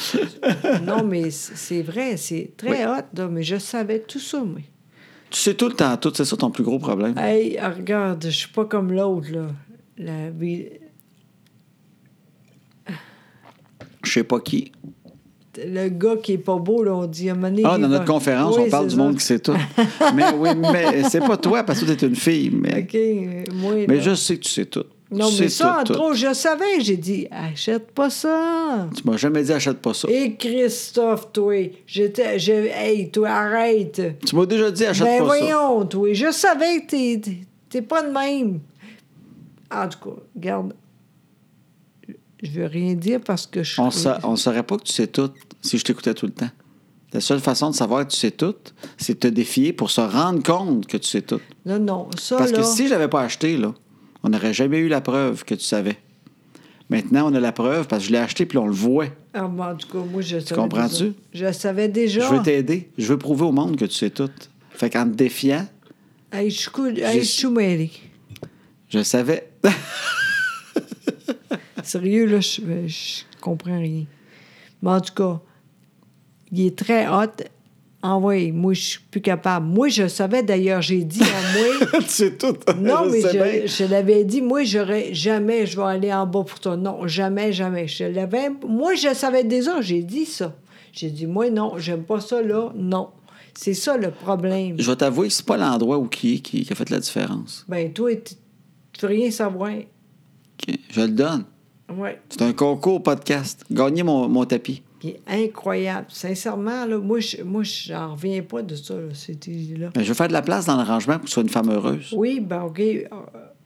Speaker 2: Non, mais c'est c'est vrai, c'est très hot, là, mais je savais tout ça, moi.
Speaker 1: Tu sais tout le temps tout. C'est ça ton plus gros problème.
Speaker 2: Hey, regarde, je suis pas comme l'autre, là. La vie-
Speaker 1: Je sais pas qui.
Speaker 2: Le gars qui est pas beau, là, on dit à un moment donné,
Speaker 1: Ah,
Speaker 2: il
Speaker 1: dans
Speaker 2: va-
Speaker 1: notre conférence,
Speaker 2: Oui,
Speaker 1: on parle
Speaker 2: c'est
Speaker 1: du monde qui
Speaker 2: ça.
Speaker 1: sait tout. mais oui, mais c'est pas toi parce que tu es une fille. Mais,
Speaker 2: OK, euh, moi.
Speaker 1: mais
Speaker 2: là.
Speaker 1: je sais que tu sais tout.
Speaker 2: Non,
Speaker 1: tu sais
Speaker 2: mais ça,
Speaker 1: tout,
Speaker 2: entre
Speaker 1: tout.
Speaker 2: autres, je savais. J'ai dit, achète pas ça.
Speaker 1: Tu m'as jamais dit achète pas ça.
Speaker 2: Et Christophe, toi, j'étais. je- Hey, toi, arrête.
Speaker 1: Tu m'as déjà dit achète
Speaker 2: Ben
Speaker 1: pas
Speaker 2: voyons, toi, je savais que t'es- t'es- t'es pas de même. En tout cas, regarde. Je veux rien dire parce que je
Speaker 1: ça. On sa- on saurait pas que tu sais tout si je t'écoutais tout le temps. La seule façon de savoir que tu sais tout, c'est de te défier pour se rendre compte que tu sais tout.
Speaker 2: Non, non, ça,
Speaker 1: Parce
Speaker 2: Oh là...
Speaker 1: que si je l'avais pas acheté, là, on n'aurait jamais eu la preuve que tu savais. Maintenant, on a la preuve parce que je l'ai acheté puis on le voit.
Speaker 2: Ah, bon, en tout cas, moi, je savais
Speaker 1: comprends-tu?
Speaker 2: déjà. Je savais déjà.
Speaker 1: Je veux t'aider. Je veux prouver au monde que tu sais tout. Fait qu'en te défiant,
Speaker 2: Hey, je suis cou- hey, je suis mêlée.
Speaker 1: je savais.
Speaker 2: Sérieux, là, je, euh, je comprends rien. Mais en tout cas, il est très hot. Envoyez, moi, je suis plus capable. Moi, je savais d'ailleurs, j'ai dit à moi.
Speaker 1: tu sais tout.
Speaker 2: Non, mais
Speaker 1: Ben, sais bien.
Speaker 2: je, je l'avais dit, moi, j'aurais jamais, je vais aller en bas pour toi. Non, jamais, jamais. Je l'avais. Moi, je savais déjà, j'ai dit ça. J'ai dit, moi, non, j'aime pas ça, là, non. C'est ça le problème.
Speaker 1: Je vais t'avouer que c'est pas l'endroit où qui, est qui, qui a fait la différence.
Speaker 2: Ben, toi, tu tu veux rien savoir.
Speaker 1: Ok, Je le donne.
Speaker 2: Ouais.
Speaker 1: C'est un concours podcast. Gagnez mon, mon tapis.
Speaker 2: Puis incroyable. Sincèrement, là, moi, je moi, j'en reviens pas de ça, là, cette idée-là.
Speaker 1: Ben, je veux faire de la place dans le rangement pour que tu sois une femme heureuse.
Speaker 2: Oui, ben, OK. euh,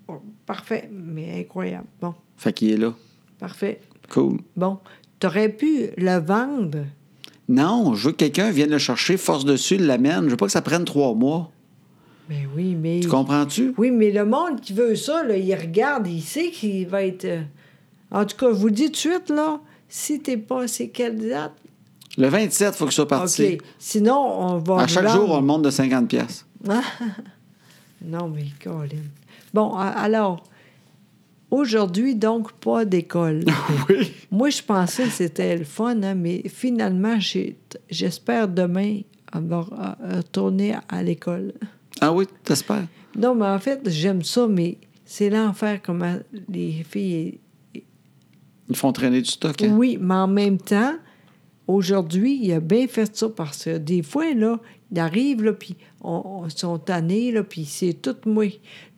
Speaker 2: euh, parfait, mais incroyable. Bon,
Speaker 1: Fait qu'il est là.
Speaker 2: parfait.
Speaker 1: Cool.
Speaker 2: Bon, t'aurais pu le vendre.
Speaker 1: Non, je veux que quelqu'un vienne le chercher, force dessus, l'amène. Je veux pas que ça prenne trois mois.
Speaker 2: Ben oui, mais.
Speaker 1: Tu comprends-tu?
Speaker 2: Oui, mais le monde qui veut ça, là, il regarde, il sait qu'il va être. euh, En tout cas, je vous le dis tout de suite, là, si t'es pas, c'est quelle date?
Speaker 1: Le 27, il faut que ça parti.
Speaker 2: OK. Sinon, on va.
Speaker 1: À chaque
Speaker 2: vendre.
Speaker 1: jour, hein. on le monte de 50 pièces.
Speaker 2: Non, mais Colin. Bon, a- alors, aujourd'hui, donc, pas d'école.
Speaker 1: Oui.
Speaker 2: Moi, je pensais que c'était le fun, hein, mais finalement, j'ai- j'espère demain avoir euh, retourné à l'école.
Speaker 1: Ah oui, t'espères?
Speaker 2: Non, mais en fait, j'aime ça, mais c'est l'enfer comment les filles.
Speaker 1: Ils font traîner du stock. hein?
Speaker 2: Oui, mais en même temps, aujourd'hui, il a bien fait ça parce que des fois, là, il arrive, là, puis on, on- sont tannés, là, puis c'est tout moi.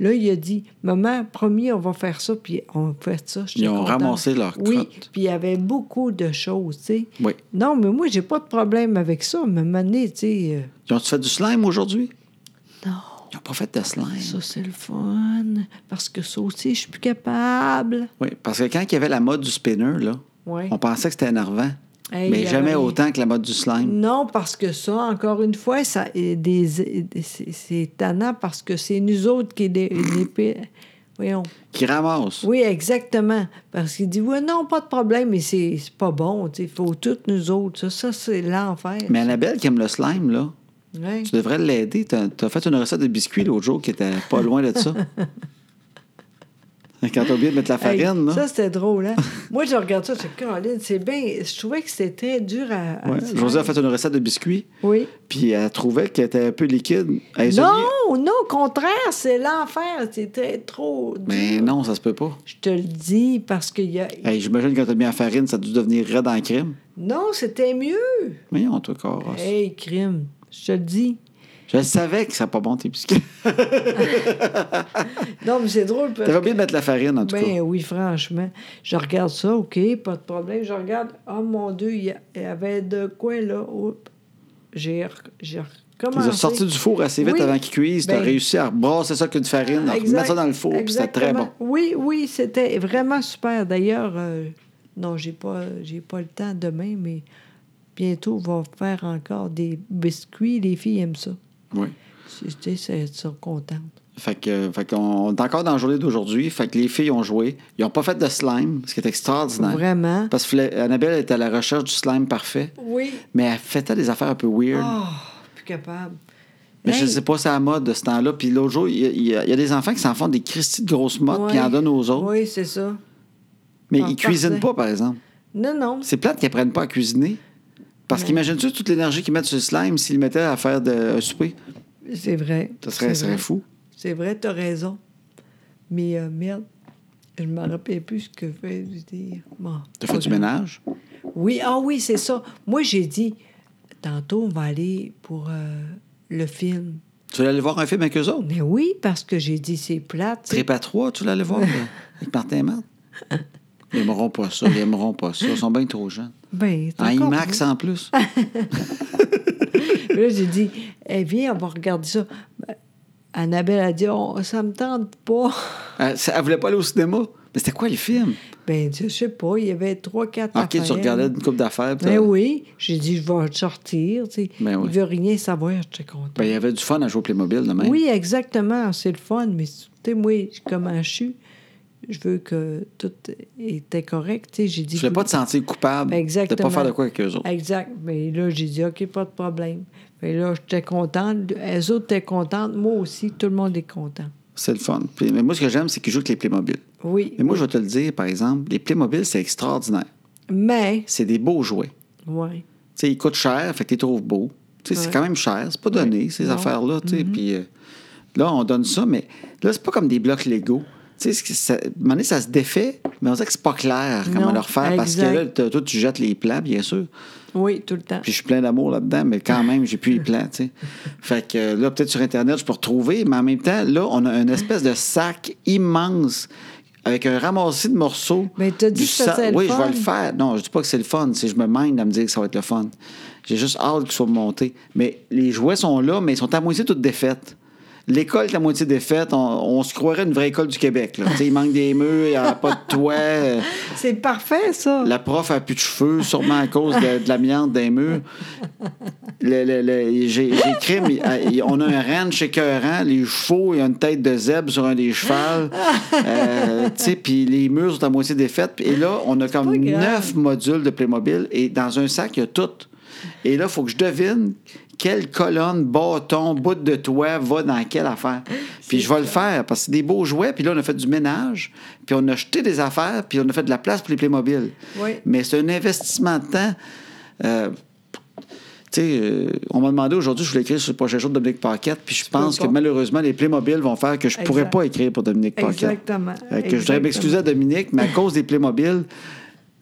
Speaker 2: Là, il a dit, maman, promis, on va faire ça, puis on fait ça. J'étais
Speaker 1: Ils ont
Speaker 2: contente.
Speaker 1: ramassé leurs
Speaker 2: Oui,
Speaker 1: crottes.
Speaker 2: puis il y avait beaucoup de choses, tu sais.
Speaker 1: Oui.
Speaker 2: Non, mais moi, j'ai pas de problème avec ça. Mais à un moment donné, tu sais, euh,
Speaker 1: Ils ont-tu fait du slime aujourd'hui?
Speaker 2: non,
Speaker 1: Ils n'ont pas fait de slime.
Speaker 2: ça, c'est le fun, parce que ça aussi, je suis plus capable.
Speaker 1: Oui, parce que quand il y avait la mode du spinner, là,
Speaker 2: Ouais.
Speaker 1: on pensait que c'était énervant.
Speaker 2: Hey, il
Speaker 1: mais
Speaker 2: y
Speaker 1: jamais
Speaker 2: avait-
Speaker 1: autant que la mode du slime.
Speaker 2: Non, parce que ça, encore une fois, ça est des- c'est c'est tannant parce que c'est nous autres qui les, les pi- Voyons.
Speaker 1: Qui ramasse.
Speaker 2: Oui, exactement. Parce qu'il dit, ouais, non, pas de problème, mais c'est c'est pas bon. tu sais, Il faut toutes nous autres. Ça, ça c'est l'enfer.
Speaker 1: Mais Annabelle qui aime le slime, là,
Speaker 2: Ouais.
Speaker 1: tu devrais l'aider. T'as as fait une recette de biscuits l'autre jour qui était pas loin de ça. Quand t'as oublié de mettre la
Speaker 2: Hey,
Speaker 1: farine, là.
Speaker 2: Ça, c'était drôle, hein? Moi, je regarde ça, je dis, Caroline, c'est bien. Je trouvais que c'était très dur à. à
Speaker 1: Ouais,
Speaker 2: faire.
Speaker 1: Josée a fait une recette de biscuits,
Speaker 2: Oui.
Speaker 1: puis elle trouvait qu'elle était un peu liquide. Elle les a mis-
Speaker 2: Non, non, au contraire, c'est l'enfer. C'est très- trop dur.
Speaker 1: Mais non, ça se peut pas.
Speaker 2: Je te le dis parce qu'il y a.
Speaker 1: Hey, J'imagine que quand t'as mis la farine, ça a dû devenir raide en crème.
Speaker 2: Non, c'était mieux.
Speaker 1: Mais on te carrosse.
Speaker 2: Hey, crime. Je te le dis.
Speaker 1: Je savais que ça pas bon tes biscuits.
Speaker 2: Non, mais c'est drôle. Parce...
Speaker 1: T'avais oublié de mettre la farine, en tout
Speaker 2: Ben oui, franchement. Je regarde ça, OK, pas de problème. Je regarde. Oh mon Dieu, il y a- il y avait de quoi, là? Oups. J'ai re- j'ai
Speaker 1: cas. Tu
Speaker 2: recommencé.
Speaker 1: as sorti du four assez vite
Speaker 2: Oui.
Speaker 1: avant qu'ils cuisent. T'as
Speaker 2: Ben-
Speaker 1: réussi à brasser ça avec une farine, à
Speaker 2: Exact.
Speaker 1: mettre ça dans le four, puis c'était très bon.
Speaker 2: Exactement. Oui, oui, c'était vraiment super. D'ailleurs, euh, non, j'ai pas, j'ai pas le temps demain, mais bientôt, on va faire encore des biscuits. Les filles aiment ça.
Speaker 1: Oui.
Speaker 2: C'est- Tu sais, elles sont contentes.
Speaker 1: Fait que, fait qu'on on est encore dans la journée d'aujourd'hui. Fait que les filles ont joué. Ils n'ont pas fait de slime, ce qui est extraordinaire.
Speaker 2: Vraiment.
Speaker 1: Parce que Fla- Annabelle était à la recherche du slime parfait,
Speaker 2: Oui.
Speaker 1: mais elle fêtait des affaires un peu weird.
Speaker 2: Oh, plus capable.
Speaker 1: Mais je
Speaker 2: Hey,
Speaker 1: sais pas, c'est à la mode de ce temps-là. Puis l'autre jour, il y, a- il y a il y a des enfants qui s'en font des cristis de grosses mottes, puis ils en
Speaker 2: ouais.
Speaker 1: donnent aux autres.
Speaker 2: Oui, c'est ça.
Speaker 1: mais
Speaker 2: Ah,
Speaker 1: ils cuisinent
Speaker 2: parfait.
Speaker 1: pas, par exemple.
Speaker 2: Non, non.
Speaker 1: C'est plate qu'ils apprennent pas à cuisiner. Parce qu'imagine-tu toute l'énergie qu'ils mettent sur le slime s'ils mettaient à faire de, un souper?
Speaker 2: C'est vrai.
Speaker 1: Ça serait,
Speaker 2: C'est
Speaker 1: ça serait
Speaker 2: vrai.
Speaker 1: fou.
Speaker 2: C'est vrai, t'as raison. Mais euh, merde, je me rappelle plus ce que je vais dire. Bon,
Speaker 1: T'as fait du
Speaker 2: pas grave.
Speaker 1: ménage?
Speaker 2: Oui, ah oui, c'est ça. Moi, j'ai dit, tantôt, on va aller pour euh, le film.
Speaker 1: Tu voulais aller voir un film avec eux autres?
Speaker 2: Mais oui, parce que j'ai dit, c'est plate. tu sais.
Speaker 1: Trip à trois, tu voulais aller voir euh, avec Martin et Marthe? Ils aimeront pas ça, ils aimeront pas ça. Ils sont bien trop jeunes.
Speaker 2: Ben, c'est
Speaker 1: En
Speaker 2: encore Ah.
Speaker 1: IMAX en plus.
Speaker 2: mieux. Là, j'ai dit, eh, viens, on va regarder ça. Ben, Annabelle a dit, on- ça me tente pas.
Speaker 1: elle, Euh, ça- elle voulait pas aller au cinéma. Mais c'était quoi le film?
Speaker 2: Ben, je sais pas, il y avait trois, quatre
Speaker 1: Ah, Ok, tu
Speaker 2: affaires.
Speaker 1: regardais une coupe d'affaires. puis
Speaker 2: Ben
Speaker 1: t'as-
Speaker 2: Ah, oui, j'ai dit, je vais sortir. tu sais.
Speaker 1: Ben oui.
Speaker 2: Il veut rien savoir, j'étais contente.
Speaker 1: Ben, il y avait du fun à jouer au Playmobil de même.
Speaker 2: Oui, exactement, c'est le fun, mais tu sais, moi, comment je suis, je veux que tout était correct. Tu sais, j'ai dit.
Speaker 1: Je ne voulais pas te sentir coupable
Speaker 2: Ben,
Speaker 1: de
Speaker 2: exactement.
Speaker 1: pas faire de quoi avec eux autres.
Speaker 2: Exact. Mais là, j'ai dit, OK, pas de problème. Mais là, j'étais contente. Elles autres étaient contentes. Moi aussi, tout le monde est content.
Speaker 1: C'est le fun. Puis, mais moi, ce que j'aime, c'est qu'ils jouent avec les Playmobil.
Speaker 2: Oui.
Speaker 1: Mais moi, je vais te le dire, par exemple, les Playmobil, c'est extraordinaire.
Speaker 2: Mais,
Speaker 1: C'est des beaux jouets.
Speaker 2: oui.
Speaker 1: Tu sais, ils coûtent cher, fait que tu les trouves beaux. Tu sais, c'est
Speaker 2: Ouais.
Speaker 1: quand même cher. C'est pas donné,
Speaker 2: Ouais.
Speaker 1: ces
Speaker 2: Non. Mm-hmm.
Speaker 1: affaires-là. tu sais. Puis euh, là, on donne ça, mais là, c'est pas comme des blocs Lego. Tu sais, c'est que ça, à un moment donné, ça se défait, mais on dirait que c'est pas clair comment
Speaker 2: Non,
Speaker 1: leur faire parce que
Speaker 2: exact.
Speaker 1: là, t'as- toi, tu jettes les plats, bien sûr.
Speaker 2: Oui, tout le temps.
Speaker 1: Puis je suis plein d'amour là-dedans, mais quand même, j'ai plus les plans, tu sais. Fait que euh, là, peut-être sur Internet, je peux retrouver, mais en même temps, là, on a une espèce de sac immense avec un ramassé de morceaux.
Speaker 2: Mais t'as dit
Speaker 1: du
Speaker 2: que ça,
Speaker 1: sac.
Speaker 2: c'est le
Speaker 1: Oui, je vais
Speaker 2: fun.
Speaker 1: le faire. Non, je dis pas que c'est le fun, c'est je me mène à me dire que ça va être le fun. J'ai juste hâte qu'ils soient montés. Mais les jouets sont là, mais ils sont à moitié toutes défaites. L'école est à moitié défaite. On, on se croirait une vraie école du Québec. Là. Tu sais, il manque des murs, il n'y a pas de toit. euh,
Speaker 2: C'est parfait, ça.
Speaker 1: la prof a plus de cheveux, sûrement à cause de, de l'amiante des murs. Le- le- le- J'ai j'ai écrit, mais, euh, il- on a un ranch écœurant, les chevaux, il y a une tête de zèbre sur un des chevals. Euh, tu sais, puis les murs sont à moitié défaites. Et là, on a comme
Speaker 2: pas grave.
Speaker 1: neuf modules de Playmobil et dans un sac, il y a tout. Et là, il faut que je devine quelle colonne, bâton, bout de toit va dans quelle affaire. Puis je vais le faire parce que c'est des beaux jouets. Puis là, on a fait du ménage, puis on a jeté des affaires, puis on a fait de la place pour les Playmobil.
Speaker 2: Oui.
Speaker 1: Mais c'est un investissement de temps. Euh, tu sais, euh, on m'a demandé aujourd'hui, je voulais écrire sur le prochain jour de Dominique Paquette, puis je pense
Speaker 2: peux
Speaker 1: que
Speaker 2: pas.
Speaker 1: malheureusement, les Playmobil vont faire que je ne
Speaker 2: Exact.
Speaker 1: pourrais pas écrire pour Dominique Paquette.
Speaker 2: Exactement.
Speaker 1: Fait euh, que je voudrais
Speaker 2: Exactement.
Speaker 1: m'excuser à Dominique, mais à cause des Playmobil,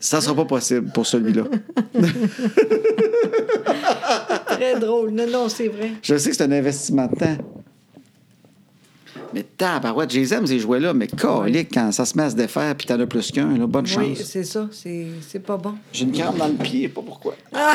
Speaker 1: ça ne sera pas possible pour celui-là.
Speaker 2: Très drôle. Non, non, c'est vrai.
Speaker 1: Je sais que c'est un investissement de temps. Mais tabarouette, je les aime ces jouets-là, mais colique, quand ça se met à se défaire puis t'en as plus qu'un, là, bonne
Speaker 2: Oui,
Speaker 1: chance.
Speaker 2: c'est ça. C'est c'est pas bon.
Speaker 1: J'ai une crampe dans le pied, pas pourquoi. Ah!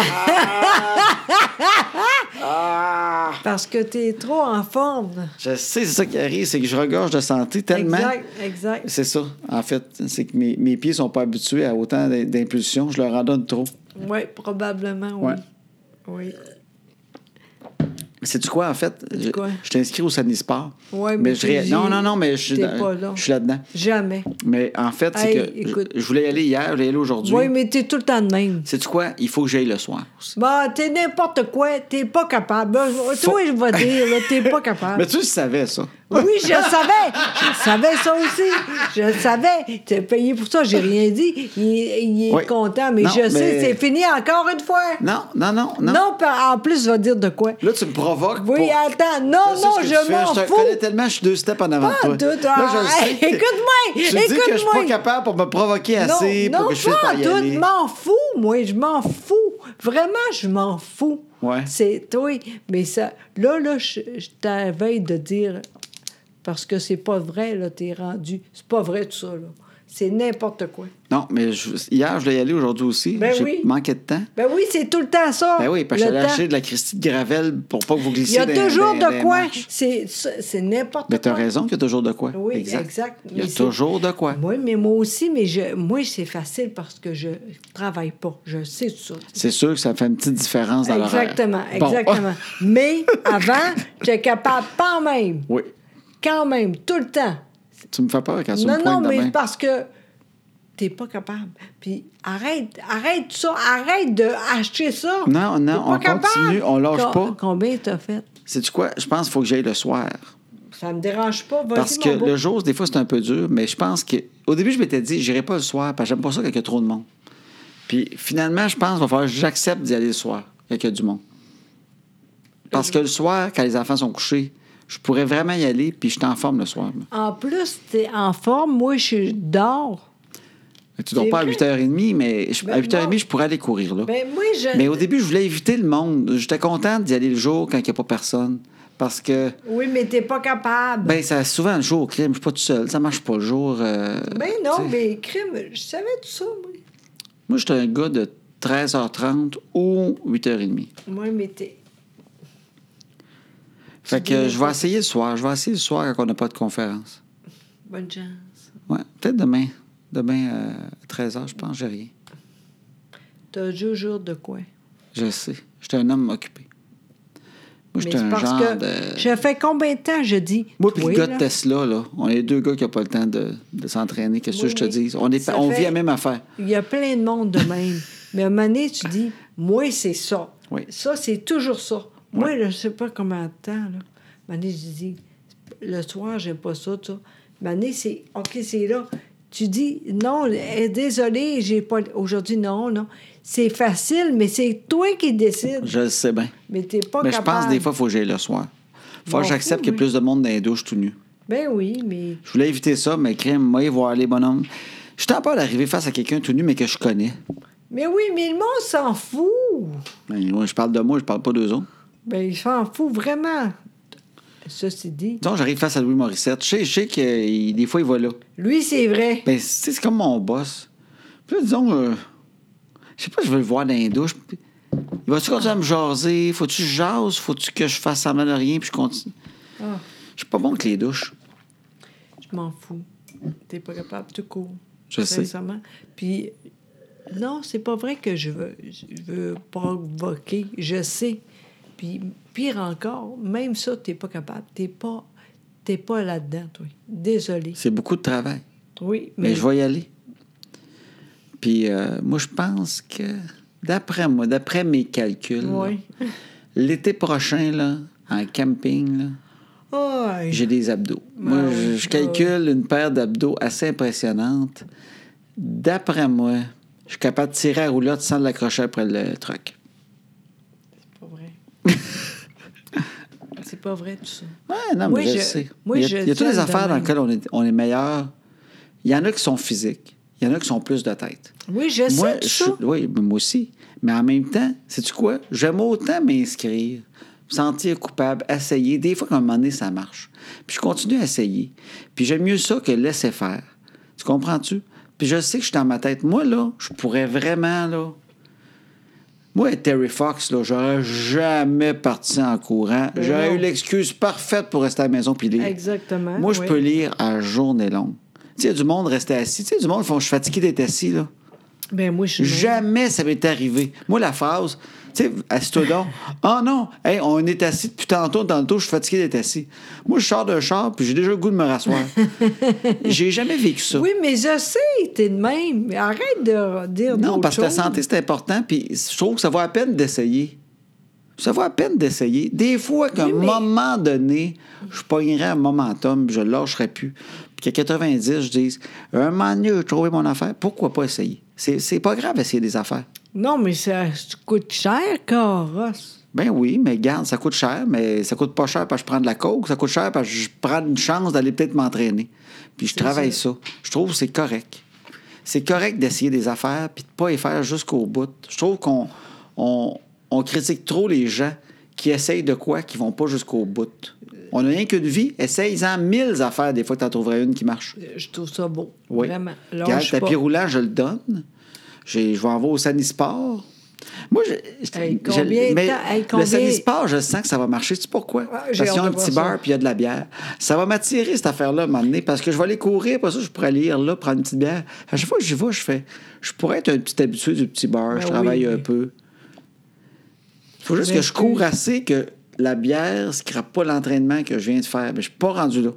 Speaker 1: Ah!
Speaker 2: Parce que t'es trop en forme.
Speaker 1: Je sais, c'est ça qui arrive, c'est que je regorge de santé tellement.
Speaker 2: Exact, exact.
Speaker 1: C'est ça, en fait. C'est que mes, mes pieds sont pas habitués à autant d'im- d'impulsions, je leur en donne trop.
Speaker 2: Oui, probablement, oui.
Speaker 1: Ouais.
Speaker 2: Oui.
Speaker 1: C'est-tu quoi, en fait? Je,
Speaker 2: quoi?
Speaker 1: je t'inscris au Sunny Sport.
Speaker 2: Ouais,
Speaker 1: mais
Speaker 2: mais
Speaker 1: je
Speaker 2: tu
Speaker 1: ré-
Speaker 2: dis-
Speaker 1: Non, non, non, mais je suis,
Speaker 2: t'es
Speaker 1: dans-
Speaker 2: pas là.
Speaker 1: je suis là-dedans.
Speaker 2: Jamais.
Speaker 1: Mais en fait, c'est
Speaker 2: Hey,
Speaker 1: que
Speaker 2: écoute.
Speaker 1: je, je voulais y aller hier, je voulais y aller aujourd'hui.
Speaker 2: Oui, mais t'es tout le temps de même.
Speaker 1: C'est quoi? Il faut que j'aille le soir. aussi.
Speaker 2: Bah, t'es n'importe quoi, t'es pas capable. Ben,
Speaker 1: Faut-
Speaker 2: Toi, je vais dire, là, t'es pas capable.
Speaker 1: Mais tu le savais, ça.
Speaker 2: Oui, je le savais. Je le savais ça aussi. Je le savais. T'es payé pour ça, j'ai rien dit. Il, il est
Speaker 1: Oui.
Speaker 2: content, mais
Speaker 1: Non,
Speaker 2: je sais,
Speaker 1: mais-
Speaker 2: c'est fini encore une fois.
Speaker 1: Non, non, non, non.
Speaker 2: Non, pa- en plus, je vais dire de quoi.
Speaker 1: Là, tu me provoques.
Speaker 2: Oui,
Speaker 1: pour-
Speaker 2: attends. Non,
Speaker 1: Je sais
Speaker 2: non,
Speaker 1: ce que
Speaker 2: je,
Speaker 1: tu fais,
Speaker 2: m'en
Speaker 1: Je te
Speaker 2: fous.
Speaker 1: connais tellement, je suis deux steps en avant
Speaker 2: Pas
Speaker 1: de toi.
Speaker 2: tout,
Speaker 1: Là, je le
Speaker 2: ah,
Speaker 1: sais. que-
Speaker 2: écoute-moi,
Speaker 1: Tu me dis que je suis pas
Speaker 2: écoute-moi.
Speaker 1: capable pour me provoquer assez
Speaker 2: non,
Speaker 1: pour
Speaker 2: non,
Speaker 1: que je puisse
Speaker 2: pas
Speaker 1: pas
Speaker 2: en
Speaker 1: y
Speaker 2: tout,
Speaker 1: aller.
Speaker 2: je m'en fous, moi, je m'en fous. Vraiment, je m'en fous.
Speaker 1: Ouais.
Speaker 2: C'est toi. Mais ça, là, là, je, je t'avais de dire, parce que c'est pas vrai, là, t'es rendu. C'est pas vrai, tout ça, là. C'est n'importe quoi.
Speaker 1: Non, mais je- hier, je voulais y aller aujourd'hui aussi.
Speaker 2: Ben
Speaker 1: J'ai
Speaker 2: oui.
Speaker 1: manqué de temps.
Speaker 2: Ben oui, c'est tout le temps ça.
Speaker 1: Ben oui, parce que
Speaker 2: le
Speaker 1: j'allais
Speaker 2: temps.
Speaker 1: acheter de la Christie de Gravel pour pas que vous
Speaker 2: Il
Speaker 1: glissiez
Speaker 2: y a
Speaker 1: dans-
Speaker 2: toujours
Speaker 1: dans- dans les
Speaker 2: de quoi.
Speaker 1: marches.
Speaker 2: C'est c'est- c'est n'importe quoi.
Speaker 1: Mais t'as raison qu'il y a toujours de quoi.
Speaker 2: Oui, exact.
Speaker 1: Il y a
Speaker 2: Mais c'est-
Speaker 1: toujours de quoi.
Speaker 2: Oui, mais moi aussi, mais je, moi, c'est facile parce que je travaille pas. Je sais tout ça.
Speaker 1: C'est sûr que ça fait une petite différence dans l'horaire.
Speaker 2: Exactement,
Speaker 1: Bon.
Speaker 2: exactement. Mais avant, j'étais capable quand même,
Speaker 1: Oui.
Speaker 2: quand même, tout le temps.
Speaker 1: Tu me fais peur quand tu
Speaker 2: non,
Speaker 1: me
Speaker 2: non,
Speaker 1: pointes de
Speaker 2: mais
Speaker 1: main.
Speaker 2: parce que t'es pas capable. Puis arrête, arrête ça, arrête de acheter ça.
Speaker 1: Non, non,
Speaker 2: T'es
Speaker 1: on continue, on lâche
Speaker 2: Com-
Speaker 1: pas.
Speaker 2: Combien t'as fait?
Speaker 1: Sais-tu quoi? Je pense qu'il faut que j'aille le soir.
Speaker 2: Ça me dérange pas, vas-y,
Speaker 1: Parce que
Speaker 2: mon beau.
Speaker 1: le jour, des fois, c'est un peu dur, mais je pense que. Au début, je m'étais dit, j'irai pas le soir, parce que j'aime pas ça quand il y a trop de monde. Puis finalement, je pense qu'il va falloir que j'accepte d'y aller le soir, quand il y a du monde. Parce que le soir, quand les enfants sont couchés, je pourrais vraiment y aller, puis je suis en forme le soir. là.
Speaker 2: En plus, t'es en forme, moi, je dors.
Speaker 1: Tu dors
Speaker 2: C'est
Speaker 1: pas à
Speaker 2: vrai.
Speaker 1: 8h30, mais je- à
Speaker 2: Ben,
Speaker 1: 8h30,
Speaker 2: non.
Speaker 1: je pourrais aller courir. Là.
Speaker 2: Ben, moi, je...
Speaker 1: Mais au début, je voulais éviter le monde. J'étais contente d'y aller le jour quand il n'y a pas personne. Parce que,
Speaker 2: Oui, mais t'es pas capable.
Speaker 1: ben, ça souvent le jour au crime, je suis pas tout seul. Ça marche pas le jour. euh,
Speaker 2: Ben
Speaker 1: tu
Speaker 2: non,
Speaker 1: sais.
Speaker 2: mais crime, je savais tout ça, moi.
Speaker 1: Moi, j'étais un gars de 13h30 ou 8h30.
Speaker 2: Moi, mais t'es...
Speaker 1: Fait que
Speaker 2: bien
Speaker 1: euh, je vais essayer le soir. Je vais essayer le soir quand on n'a pas de conférence.
Speaker 2: Bonne chance.
Speaker 1: Ouais, peut-être demain. Demain, euh, à 13h, je pense, j'ai rien.
Speaker 2: T'as deux jours de quoi?
Speaker 1: Je sais. J'étais un homme occupé. Moi,
Speaker 2: Mais
Speaker 1: j'étais
Speaker 2: c'est
Speaker 1: un
Speaker 2: parce
Speaker 1: genre
Speaker 2: que
Speaker 1: de-
Speaker 2: je fais combien de temps je dis
Speaker 1: Moi puis le
Speaker 2: toi,
Speaker 1: gars de
Speaker 2: là?
Speaker 1: Tesla, là, on est deux gars qui n'ont pas le temps de, de s'entraîner, qu'est-ce que
Speaker 2: Oui,
Speaker 1: je te
Speaker 2: mais
Speaker 1: dis? On, est,
Speaker 2: ça
Speaker 1: on vit
Speaker 2: fait-
Speaker 1: la même affaire.
Speaker 2: Il y a plein de monde de même. Mais à un moment donné, tu dis, moi, c'est ça.
Speaker 1: Oui.
Speaker 2: Ça, c'est toujours ça. Moi, je ne sais pas comment de temps. Là. À un moment donné, je dis, le soir, j'aime pas ça, ça. À un moment donné, c'est, OK, c'est là. Tu dis, non, eh, désolé, j'ai pas... Aujourd'hui, non, non. C'est facile, mais c'est toi qui décides.
Speaker 1: Je le sais bien.
Speaker 2: Mais t'es pas
Speaker 1: Mais je
Speaker 2: capable.
Speaker 1: pense des fois, il faut que j'aille le soir. faut
Speaker 2: Bon,
Speaker 1: que j'accepte
Speaker 2: oui,
Speaker 1: qu'il y
Speaker 2: oui.
Speaker 1: ait plus de monde dans les douches tout nu.
Speaker 2: Ben oui, mais...
Speaker 1: Je voulais éviter ça, mais crème, moi, voir les bonhommes. Je suis en peur d'arriver face à quelqu'un tout nu, mais que je connais.
Speaker 2: Mais oui, mais le monde s'en fout.
Speaker 1: Ben, ouais, je parle de moi, je parle pas d'eux autres.
Speaker 2: Ben, il s'en fout vraiment. Ceci dit,
Speaker 1: Disons, j'arrive face à Louis Morissette. Je sais, je sais que euh, il- des fois, il va là.
Speaker 2: lui, c'est vrai.
Speaker 1: Ben, tu sais, c'est comme mon boss. Puis là, disons, euh, je sais pas, je veux le voir dans les douches. Puis, Il va-tu continuer à me jaser? Faut-tu que je jase? Faut-tu que je fasse semblant de rien? Puis je continue.
Speaker 2: Ah.
Speaker 1: Je suis pas bon avec les douches.
Speaker 2: Je m'en fous. T'es pas capable, tout court.
Speaker 1: Je sais.
Speaker 2: Sincèrement. Puis, non, c'est pas vrai que je veux, je veux provoquer. Je sais. Puis, pire encore, même ça, t'es pas capable. T'es pas, t'es pas là-dedans, toi. Désolé.
Speaker 1: C'est beaucoup de travail.
Speaker 2: Oui,
Speaker 1: Mais
Speaker 2: mais,
Speaker 1: je vais y aller. Puis euh, moi, je pense que, d'après moi, d'après mes calculs, là,
Speaker 2: Oui.
Speaker 1: l'été prochain, là, en camping, là,
Speaker 2: Aïe.
Speaker 1: j'ai des abdos. moi,
Speaker 2: Ben oui,
Speaker 1: je, je calcule une paire d'abdos assez impressionnante. D'après moi, je suis capable de tirer à roulotte sans l'accrocher après le truck.
Speaker 2: C'est pas vrai. c'est pas vrai, tout ça.
Speaker 1: Ouais, non, mais
Speaker 2: Moi,
Speaker 1: je,
Speaker 2: je-
Speaker 1: sais.
Speaker 2: moi,
Speaker 1: il y a,
Speaker 2: je
Speaker 1: il y a toutes
Speaker 2: tiens
Speaker 1: les affaires dans
Speaker 2: demain.
Speaker 1: lesquelles on est, on est meilleur. Il y en a qui sont physiques. Il y en a qui sont plus de tête.
Speaker 2: Oui, je sais
Speaker 1: Moi,
Speaker 2: tout
Speaker 1: je-
Speaker 2: ça.
Speaker 1: oui, mais moi aussi. Mais en même temps, sais-tu quoi? J'aime autant m'inscrire, me sentir coupable, essayer. Des fois, qu'à un moment donné, ça marche. Puis je continue à essayer. Puis j'aime mieux ça que laisser faire. Tu comprends-tu? Puis je sais que je suis dans ma tête. Moi, là, je pourrais vraiment, là... Moi, Terry Fox, là, j'aurais jamais parti en courant.
Speaker 2: Ben
Speaker 1: j'aurais
Speaker 2: non.
Speaker 1: eu l'excuse parfaite pour rester à la maison puis lire.
Speaker 2: Exactement.
Speaker 1: Moi, je
Speaker 2: oui.
Speaker 1: peux lire à journée longue. Tu sais, il y a du monde resté assis. Tu sais, il y a du monde, ils font, je suis fatigué d'être assis, là.
Speaker 2: Ben, moi, je suis.
Speaker 1: Jamais ça m'est arrivé. Moi, la phrase, tu sais, assis-toi donc. Ah non, hey, on est assis depuis tantôt, tantôt, je suis fatigué d'être assis. Moi, je sors d'un char, puis j'ai déjà le goût de me rasseoir. j'ai jamais vécu ça.
Speaker 2: Oui, mais je sais, t'es de même. Mais Arrête de dire
Speaker 1: non,
Speaker 2: d'autres
Speaker 1: parce que la
Speaker 2: choses.
Speaker 1: santé, c'est important, puis je trouve que ça vaut à peine d'essayer. Ça vaut à peine d'essayer. Des fois, qu'à
Speaker 2: Oui,
Speaker 1: un
Speaker 2: mais-
Speaker 1: moment donné, je pognerais un momentum, puis je le lâcherais plus. Puis qu'à 90, je dise, un moment donné, j'ai trouvé mon affaire, pourquoi pas essayer? C'est c'est pas grave essayer des affaires.
Speaker 2: Non, mais ça coûte cher, carrosse.
Speaker 1: Ben oui, mais garde, ça coûte cher, mais ça coûte pas cher parce que je prends de la coke, ça coûte cher parce que je prends une chance d'aller peut-être m'entraîner. Puis je travaille ça. Je trouve que c'est correct. C'est correct d'essayer des affaires puis de pas les faire jusqu'au bout. Je trouve qu'on on, on critique trop les gens qui essayent de quoi qui vont pas jusqu'au bout. On n'a rien qu'une vie, essaye-en mille affaires des fois que tu en trouverais une qui marche.
Speaker 2: Je trouve ça beau.
Speaker 1: Oui.
Speaker 2: Vraiment.
Speaker 1: Regarde,
Speaker 2: Lâche
Speaker 1: le tapis
Speaker 2: pas.
Speaker 1: roulant, je le donne. J'ai- Je vais en voir au Sanisport. Moi, je, je-
Speaker 2: Hey,
Speaker 1: je-
Speaker 2: combien de
Speaker 1: mais
Speaker 2: temps? Hey, combien-
Speaker 1: le Sanisport, je sens que ça va marcher. Tu sais pourquoi?
Speaker 2: Ah, j'ai
Speaker 1: parce qu'ils
Speaker 2: hâte
Speaker 1: ont un
Speaker 2: de voir
Speaker 1: petit
Speaker 2: ça.
Speaker 1: bar puis il y a de la bière. Ça va m'attirer, cette affaire-là, à un moment donné, parce que je vais aller courir. Après ça, je pourrais aller lire là, prendre une petite bière. À chaque fois que j'y vais, je fais... Je pourrais être un petit habitué du petit bar.
Speaker 2: Ben
Speaker 1: je travaille
Speaker 2: oui.
Speaker 1: un peu. Il faut juste
Speaker 2: Ben,
Speaker 1: que je
Speaker 2: tu-
Speaker 1: cours assez que la bière ne scrape pas l'entraînement que je viens de faire. Mais je suis pas rendu là.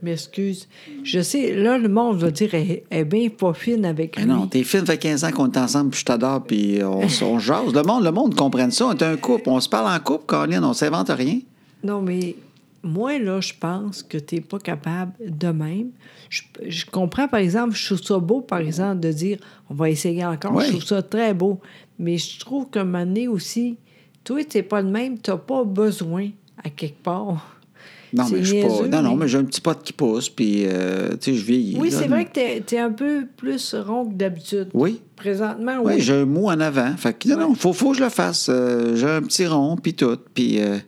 Speaker 2: M'excuse. Je sais, là, le monde va dire, elle elle est bien pas fine avec
Speaker 1: Mais
Speaker 2: lui.
Speaker 1: Ben non, t'es fine, fait 15 ans qu'on est ensemble, puis je t'adore, puis on, s- on jase. Le monde, le monde comprenne ça. On est un couple. On se parle en couple, Colin. On s'invente rien.
Speaker 2: Non, mais moi, là, je pense que t'es pas capable de même. Je, je comprends, par exemple, je trouve ça beau, par exemple, de dire, on va essayer encore.
Speaker 1: Ouais.
Speaker 2: Je trouve ça très beau. Mais je trouve qu'à un moment donné aussi, toi, t'es pas le même, t'as pas besoin à quelque part.
Speaker 1: Non,
Speaker 2: C'est
Speaker 1: mais je suis pas.
Speaker 2: niaiseux,
Speaker 1: Non, non,
Speaker 2: mais-
Speaker 1: mais j'ai un petit pote qui pousse, puis, euh, tu sais, je vieillis.
Speaker 2: Oui,
Speaker 1: là.
Speaker 2: c'est vrai que t'es es un peu plus rond que d'habitude.
Speaker 1: Oui.
Speaker 2: Présentement, oui.
Speaker 1: Oui, j'ai un mot en avant. Fait que, non, non, faut, faut que je le fasse. Euh, j'ai un petit rond, puis tout. Puis, euh, tu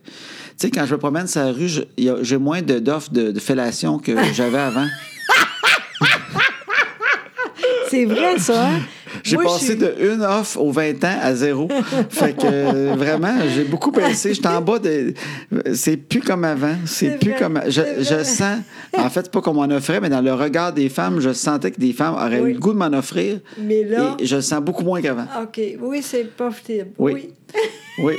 Speaker 1: sais, quand je me promène sur la rue, je- y a- j'ai moins de- d'offres de, de fellation que j'avais avant.
Speaker 2: C'est vrai, ça. hein?
Speaker 1: J'ai
Speaker 2: Moi, je
Speaker 1: passé
Speaker 2: suis-
Speaker 1: de une off aux 20 ans à zéro. fait que euh, vraiment, j'ai beaucoup baissé. J'étais en bas de. C'est plus comme avant.
Speaker 2: C'est
Speaker 1: C'est plus
Speaker 2: vrai,
Speaker 1: comme. Je,
Speaker 2: c'est
Speaker 1: je
Speaker 2: vrai.
Speaker 1: sens. En fait, c'est pas qu'on m'en offrait, mais dans le regard des femmes, je sentais que des femmes auraient
Speaker 2: Oui.
Speaker 1: eu le goût de m'en offrir.
Speaker 2: Mais là-
Speaker 1: Et je le sens beaucoup moins qu'avant.
Speaker 2: OK. Oui, c'est pas possible.
Speaker 1: Oui.
Speaker 2: Oui.
Speaker 1: Oui.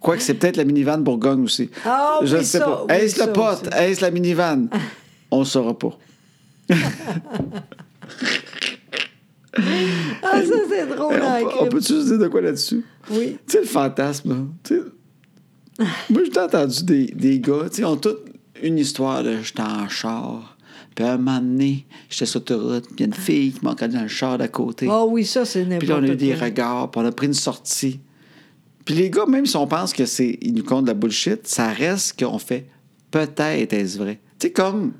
Speaker 1: Quoique, c'est peut-être la minivan Bourgogne aussi.
Speaker 2: Ah, oui,
Speaker 1: Je ne sais
Speaker 2: ça,
Speaker 1: pas.
Speaker 2: oui,
Speaker 1: est-ce
Speaker 2: ça
Speaker 1: le pote?
Speaker 2: aussi.
Speaker 1: Est-ce la minivan? On ne saura pas.
Speaker 2: Ah, ça, c'est drôle,
Speaker 1: Hey, on
Speaker 2: hein,
Speaker 1: peut- on
Speaker 2: crime.
Speaker 1: peut-tu se dire de quoi là-dessus?
Speaker 2: Oui.
Speaker 1: Tu sais, le fantasme, là, tu sais. Moi, j'ai entendu des, des gars, tu sais, ils ont toute une histoire de j'étais en char. Puis à un moment donné, j'étais sur l'autoroute, puis il y a une fille qui manquait dans le char d'à côté.
Speaker 2: Ah oui, ça, c'est n'importe
Speaker 1: Puis là,
Speaker 2: quoi.
Speaker 1: on a eu des regards, puis on a pris une sortie. Puis les gars, même si on pense que c'est ils nous comptent de la bullshit, ça reste qu'on fait peut-être est-ce vrai. Tu sais, comme,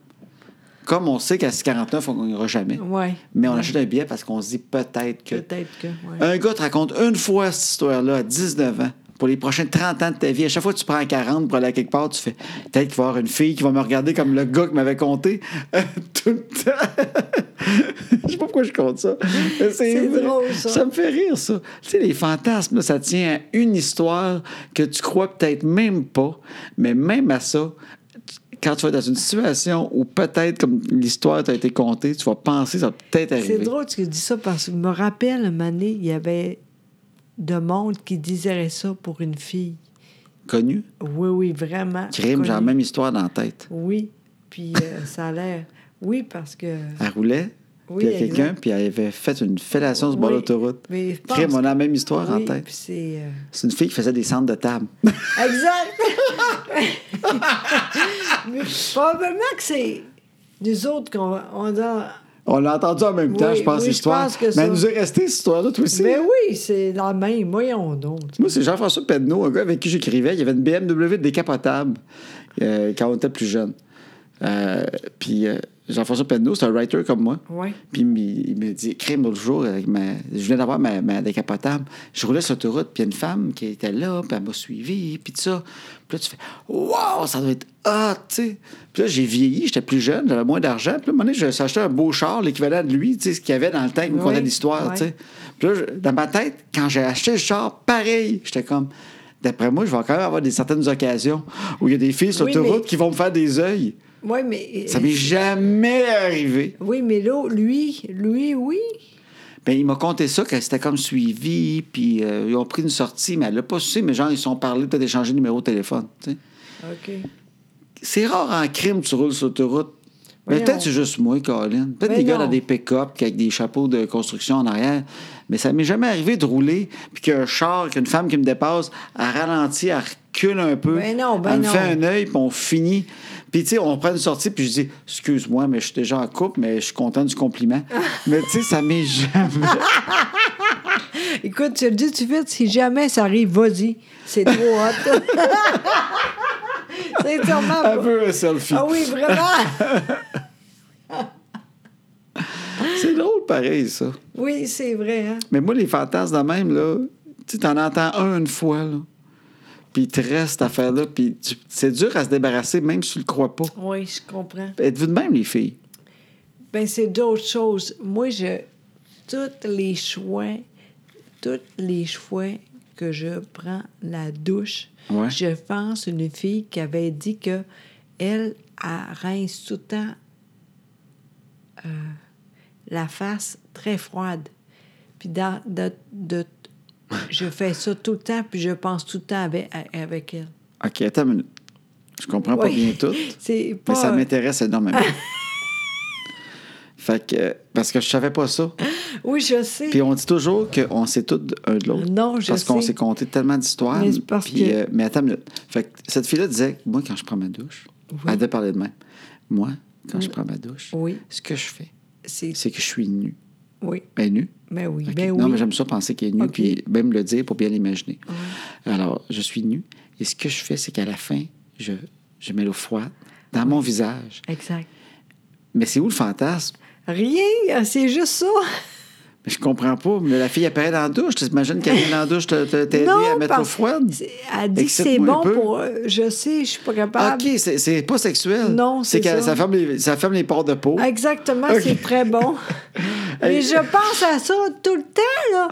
Speaker 1: comme on sait qu'à 49, on ne gagnera jamais.
Speaker 2: Ouais.
Speaker 1: Mais on achète un billet parce qu'on se dit peut-être que. Ah,
Speaker 2: Peut-être que, ouais.
Speaker 1: Un gars te raconte une fois cette histoire-là à 19 ans. Pour les prochains 30 ans de ta vie, à chaque fois que tu prends 40 pour aller à quelque part, tu fais peut-être qu'il va y avoir une fille qui va me regarder comme le gars qui m'avait compté euh, tout le temps. je sais pas pourquoi je compte ça. mais
Speaker 2: C'est
Speaker 1: vrai.
Speaker 2: drôle, ça.
Speaker 1: Ça me fait rire, ça. Tu sais, les fantasmes, là, ça tient à une histoire que tu crois peut-être même pas, mais même à ça, tu- quand tu vas être dans une situation où peut-être, comme l'histoire t'a été contée, tu vas penser ça va peut-être arriver.
Speaker 2: C'est drôle que tu dis ça parce que je me rappelle, une année, il y avait de monde qui disait ça pour une fille.
Speaker 1: Connu?
Speaker 2: Oui, oui, vraiment.
Speaker 1: Crime, j'ai la
Speaker 2: Connu.
Speaker 1: même histoire dans la tête.
Speaker 2: Oui, puis euh, ça a l'air... Oui, parce que...
Speaker 1: Elle roulait, puis il
Speaker 2: Oui,
Speaker 1: y a
Speaker 2: exact.
Speaker 1: quelqu'un, puis elle avait fait une fellation sur le bord
Speaker 2: Oui,
Speaker 1: de l'autoroute.
Speaker 2: mais je pense
Speaker 1: Crime, on a la même histoire
Speaker 2: Oui,
Speaker 1: en
Speaker 2: puis
Speaker 1: tête.
Speaker 2: c'est... euh,
Speaker 1: C'est une fille qui faisait des centres de table.
Speaker 2: Exact! Mais probablement que c'est nous autres qu'on on a...
Speaker 1: on l'a entendu en même temps,
Speaker 2: Oui,
Speaker 1: je pense,
Speaker 2: oui, je
Speaker 1: l'histoire.
Speaker 2: pense que
Speaker 1: Mais
Speaker 2: ça-
Speaker 1: elle nous est restée, cette histoire-là, toi aussi.
Speaker 2: Mais Ben oui, c'est la même, voyons donc.
Speaker 1: Moi, c'est Jean-François Pedneau, un gars avec qui j'écrivais. Il y avait une BMW décapotable euh, quand on était plus jeune. Euh, puis euh, Jean-François Pedneau, c'est un writer comme moi.
Speaker 2: Oui.
Speaker 1: Puis il me- il me dit, crime l'autre jour, avec ma- je venais d'avoir ma, ma décapotable. Je roulais sur l'autoroute, puis il y a une femme qui était là, puis elle m'a suivi, puis tout ça. Puis là, tu fais, wow, ça doit être hot, tu sais. Puis là, j'ai vieilli, j'étais plus jeune, j'avais moins d'argent. Puis là, à un moment donné, je me suis acheté un beau char, l'équivalent de lui, tu sais, ce qu'il y avait dans le temps qu'on
Speaker 2: Oui,
Speaker 1: a l'histoire,
Speaker 2: oui.
Speaker 1: tu sais. Puis là, je- dans ma tête, quand j'ai acheté le char, pareil, j'étais comme, d'après moi, je vais quand même avoir des certaines occasions où il y a des filles sur
Speaker 2: Oui,
Speaker 1: l'autoroute
Speaker 2: mais-
Speaker 1: qui vont me faire des yeux.
Speaker 2: Oui, mais... euh,
Speaker 1: Ça m'est jamais arrivé.
Speaker 2: Oui, mais l'autre, lui, lui, oui.
Speaker 1: Ben, il m'a conté ça, que c'était comme suivi, puis euh, ils ont pris une sortie, mais elle l'a pas su, mais genre, ils se sont parlé, peut-être échangé numéro de téléphone. tu sais.
Speaker 2: OK.
Speaker 1: C'est rare en crime, tu roules sur l'autoroute. Mais
Speaker 2: Voyons.
Speaker 1: peut-être c'est juste moi, Colin. Peut-être
Speaker 2: Mais
Speaker 1: des gars
Speaker 2: non.
Speaker 1: dans des pick-up avec des chapeaux de construction en arrière. Mais ça m'est jamais arrivé de rouler, puis qu'un char, qu'une femme qui me dépasse, elle ralentit, elle recule un peu.
Speaker 2: Ben non, ben
Speaker 1: elle me
Speaker 2: non.
Speaker 1: fait un œil, puis on finit. Puis, tu sais, on prend une sortie, puis je dis, excuse-moi, mais je suis déjà en couple, mais je suis content du compliment. mais, tu sais, ça m'est jamais.
Speaker 2: Écoute, tu le dis tout de suite, si jamais ça arrive, vas-y. C'est trop hot. C'est sûrement...
Speaker 1: Un peu un selfie.
Speaker 2: Ah oui, vraiment.
Speaker 1: C'est drôle pareil, ça.
Speaker 2: Oui, c'est vrai, hein?
Speaker 1: Mais moi, les fantasmes de même, là, tu sais, t'en entends un une fois, là. Puis il te reste cette affaire-là. Puis tu- c'est dur à se débarrasser, même si tu le crois pas.
Speaker 2: Oui, je comprends.
Speaker 1: Êtes-vous de même, les filles?
Speaker 2: Ben c'est d'autres choses. Moi, je... Tous les choix, tous les choix que je prends la douche,
Speaker 1: Ouais.
Speaker 2: je pense une fille qui avait dit que elle, elle rince tout le temps euh, la face très froide. Puis dans, de, de- je fais ça tout le temps, puis je pense tout le temps avec, avec elle.
Speaker 1: OK, attends une minute. Je comprends pas
Speaker 2: Oui.
Speaker 1: bien tout,
Speaker 2: C'est
Speaker 1: mais
Speaker 2: pas...
Speaker 1: ça m'intéresse énormément. fait que... euh, Parce que je savais pas ça.
Speaker 2: Oui, je sais.
Speaker 1: Puis on dit toujours qu'on sait tout un de l'autre.
Speaker 2: Non, je
Speaker 1: Parce qu'on
Speaker 2: sais.
Speaker 1: s'est compté tellement d'histoires.
Speaker 2: Mais c'est parce
Speaker 1: puis,
Speaker 2: que-
Speaker 1: euh, mais attends une minute. Fait que cette fille-là disait, moi, quand je prends ma douche, elle devait parler de même. Moi, quand je prends ma douche,
Speaker 2: Oui.
Speaker 1: ce que je fais,
Speaker 2: C'est...
Speaker 1: c'est que je suis nue.
Speaker 2: Oui,
Speaker 1: Ben, nue.
Speaker 2: ben oui,
Speaker 1: Ok.
Speaker 2: ben oui.
Speaker 1: Non, mais j'aime ça penser qu'il est nu,
Speaker 2: Ok.
Speaker 1: puis même le dire pour bien l'imaginer. Alors, je suis nue. Et ce que je fais, c'est qu'à la fin, je, je mets l'eau froide dans mon visage.
Speaker 2: Exact.
Speaker 1: Mais c'est où le fantasme?
Speaker 2: Rien, euh, c'est juste ça.
Speaker 1: Mais je comprends pas. Mais la fille apparaît dans la douche. Tu t'imagines qu'elle vient dans la douche te- te- t'aider à mettre l'eau
Speaker 2: parce-
Speaker 1: froide?
Speaker 2: c'est- Elle dit que c'est
Speaker 1: Excite-moi un
Speaker 2: bon
Speaker 1: peu.
Speaker 2: pour. euh, Je sais, je suis pas capable.
Speaker 1: OK, c'est- c'est pas sexuel.
Speaker 2: Non, c'est
Speaker 1: que
Speaker 2: ça.
Speaker 1: ça ferme les, ça ferme les pores de peau.
Speaker 2: Exactement,
Speaker 1: Ok.
Speaker 2: c'est très bon. Mais
Speaker 1: Hey.
Speaker 2: je pense à ça tout le temps, là.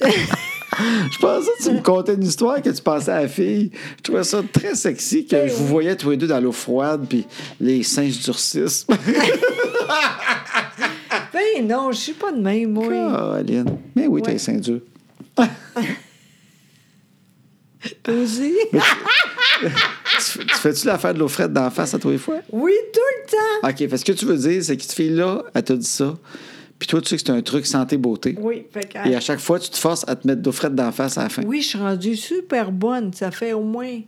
Speaker 1: Je pensais que tu me contais une histoire que tu pensais à la fille. Je trouvais ça très sexy que je vous voyais tous les deux dans l'eau froide puis les seins se durcissent.
Speaker 2: Ben non, je suis pas de
Speaker 1: Ah,
Speaker 2: même, moi.
Speaker 1: Caroline. Mais oui, t'as
Speaker 2: Ouais.
Speaker 1: les seins durs.
Speaker 2: Toi aussi?
Speaker 1: Tu, tu fais-tu l'affaire de l'eau frette d'en face à tous les fois?
Speaker 2: oui, tout le temps.
Speaker 1: OK, parce que ce que tu veux dire, c'est que cette fille-là, elle t'a dit ça. Puis toi, tu sais que c'est un truc santé-beauté.
Speaker 2: Oui, fait que-
Speaker 1: Et à chaque fois, tu te forces à te mettre de l'eau frette d'en face à la fin.
Speaker 2: Oui, je suis rendue super bonne. Ça fait au moins.